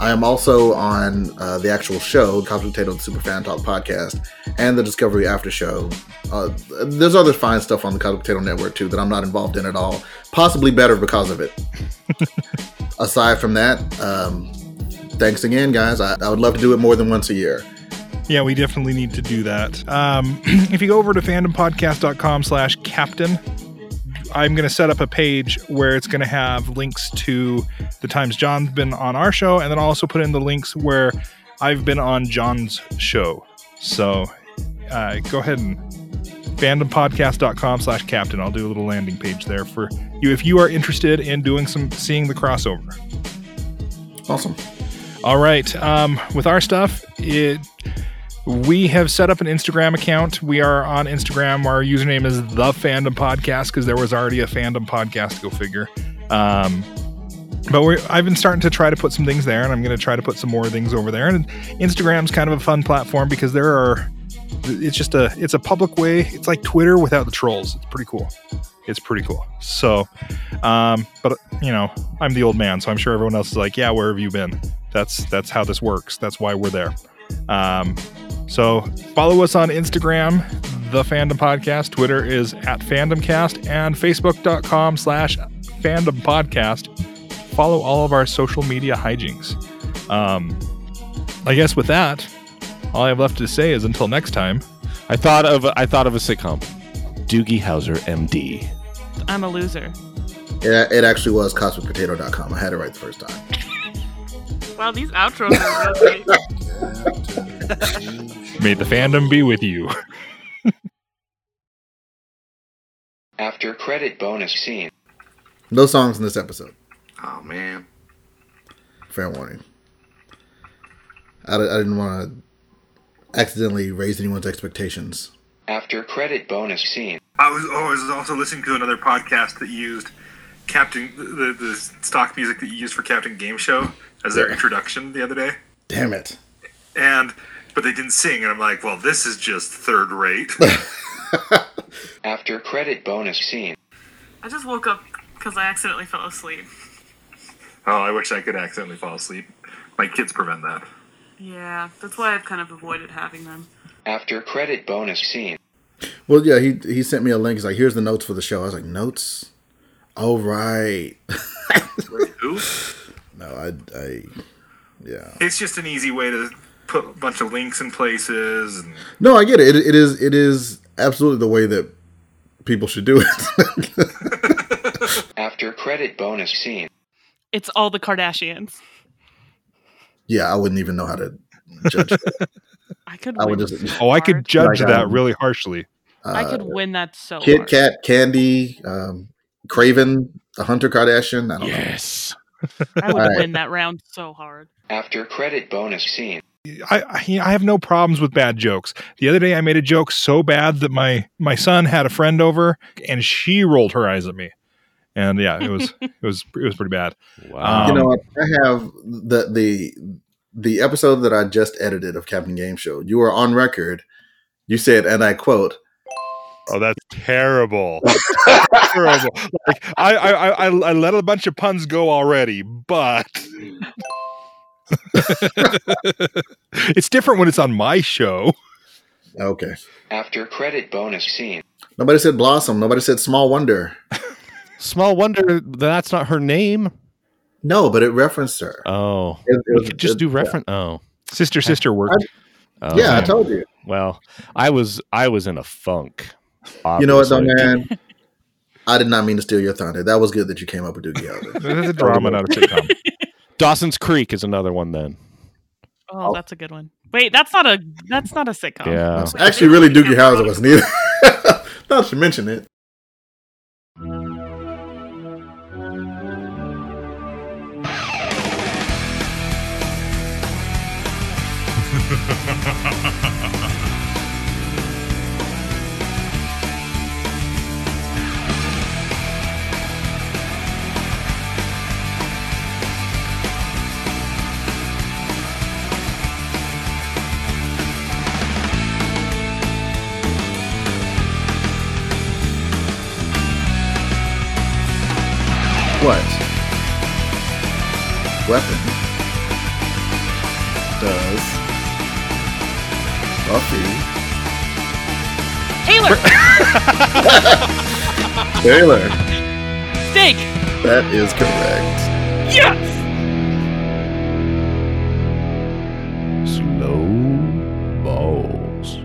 Speaker 3: I am also on uh, the actual show, Cosmic Potato the Superfan Talk podcast, and the Discovery After Show. Uh, there's other fine stuff on the Cosmic Potato Network too that I'm not involved in at all. Possibly better because of it. Aside from that, um, thanks again, guys. I, I would love to do it more than once a year.
Speaker 5: Yeah, we definitely need to do that. Um, if you go over to fandompodcast.com slash captain, I'm going to set up a page where it's going to have links to the times John's been on our show, and then I'll also put in the links where I've been on John's show. So uh, go ahead and fandompodcast.com slash captain. I'll do a little landing page there for you if you are interested in doing some seeing the crossover.
Speaker 3: Awesome.
Speaker 5: All right. Um, with our stuff, it we have set up an Instagram account. We are on Instagram. Our username is the Fandom Podcast because there was already a Fandom Podcast. Go figure. Um, but we're, I've been starting to try to put some things there, and I'm going to try to put some more things over there. And Instagram's kind of a fun platform because there are. It's just a it's a public way. It's like Twitter without the trolls. It's pretty cool. It's pretty cool. So, um, but you know, I'm the old man, so I'm sure everyone else is like, yeah, where have you been? That's that's how this works. That's why we're there. Um, so follow us on Instagram, the Fandom Podcast. Twitter is at FandomCast and Facebook.com slash Fandom Podcast. Follow all of our social media hijinks. Um, I guess with that, all I have left to say is until next time.
Speaker 6: I thought of I thought of a sitcom. Doogie Howser, MD.
Speaker 7: I'm a loser.
Speaker 3: It, it actually was cosmicpotato.com. I had it right the first time.
Speaker 7: Wow, these outros are really
Speaker 5: May the fandom be with you.
Speaker 8: After credit bonus scene.
Speaker 3: No songs in this episode.
Speaker 2: Oh man.
Speaker 3: Fair warning. I, I didn't want to accidentally raise anyone's expectations.
Speaker 8: After credit bonus scene.
Speaker 2: I was oh, I was also listening to another podcast that used Captain the, the stock music that you used for Captain Game Show as their introduction the other day.
Speaker 3: Damn it.
Speaker 2: And but they didn't sing and I'm like, well, this is just third rate.
Speaker 8: After credit bonus scene.
Speaker 7: I just woke up because I accidentally fell asleep.
Speaker 2: oh, I wish I could accidentally fall asleep. My kids prevent that.
Speaker 7: Yeah, that's why I've kind of avoided having them.
Speaker 8: After credit bonus scene.
Speaker 3: Well, yeah, he he sent me a link. He's like, "Here's the notes for the show." I was like, "Notes? Oh right."
Speaker 2: Like, who?
Speaker 3: no, I, I, yeah.
Speaker 2: It's just an easy way to put a bunch of links in places and
Speaker 3: No, I get it. it. It is it is absolutely the way that people should do it.
Speaker 8: After credit bonus scene.
Speaker 7: It's all the Kardashians.
Speaker 3: yeah, I wouldn't even know how to judge. That.
Speaker 7: I could.
Speaker 3: I would
Speaker 7: win
Speaker 3: just
Speaker 5: Oh, I could
Speaker 7: hard.
Speaker 5: judge
Speaker 3: Like,
Speaker 5: that
Speaker 3: um,
Speaker 5: really harshly.
Speaker 7: I could win that so.
Speaker 3: Kit
Speaker 7: hard.
Speaker 3: Kat, Candy, um, Craven, the Hunter Kardashian. I don't know.
Speaker 6: Yes.
Speaker 7: I would
Speaker 3: All right.
Speaker 7: win that round so hard.
Speaker 8: After credit bonus scene.
Speaker 5: I, I I have no problems with bad jokes. The other day I made a joke so bad that my my son had a friend over and she rolled her eyes at me. And yeah, it was it was it was pretty bad.
Speaker 6: Wow.
Speaker 3: you
Speaker 5: Um,
Speaker 3: know, I have the the the episode that I just edited of Captain Game Show. You were on record. You said, and I quote,
Speaker 9: Oh, that's terrible.
Speaker 5: Terrible. Like, I, I I I I let a bunch of puns go already, but it's different when it's on my show.
Speaker 3: "Okay."
Speaker 8: After credit bonus scene.
Speaker 3: Nobody said Blossom. Nobody said Small Wonder.
Speaker 6: Small wonder that that's not her name.
Speaker 3: No, but it referenced her.
Speaker 6: Oh.
Speaker 3: It- it
Speaker 6: We
Speaker 3: was-
Speaker 6: could just
Speaker 3: it-
Speaker 6: do reference. Oh.
Speaker 5: Sister sister work.
Speaker 6: Oh,
Speaker 3: Yeah, I
Speaker 6: man.
Speaker 3: told you.
Speaker 6: well, I was I was in a funk.
Speaker 3: You know what, though,
Speaker 6: obviously.
Speaker 3: man? I did not mean to steal your thunder. That was good that you came up with Doogie Howser.
Speaker 5: That's a drama, not a sitcom.
Speaker 6: Dawson's Creek is another one. Then.
Speaker 7: Oh, that's a good one. Wait, that's not a that's not a sitcom.
Speaker 3: Oh,
Speaker 6: Yeah.
Speaker 3: Actually, really, Doogie Howser was neither. not to mention it. What? Weapon does Buffy
Speaker 7: Taylor,
Speaker 3: Taylor?
Speaker 7: steak.
Speaker 3: That is correct.
Speaker 7: Yes.
Speaker 6: Slow balls.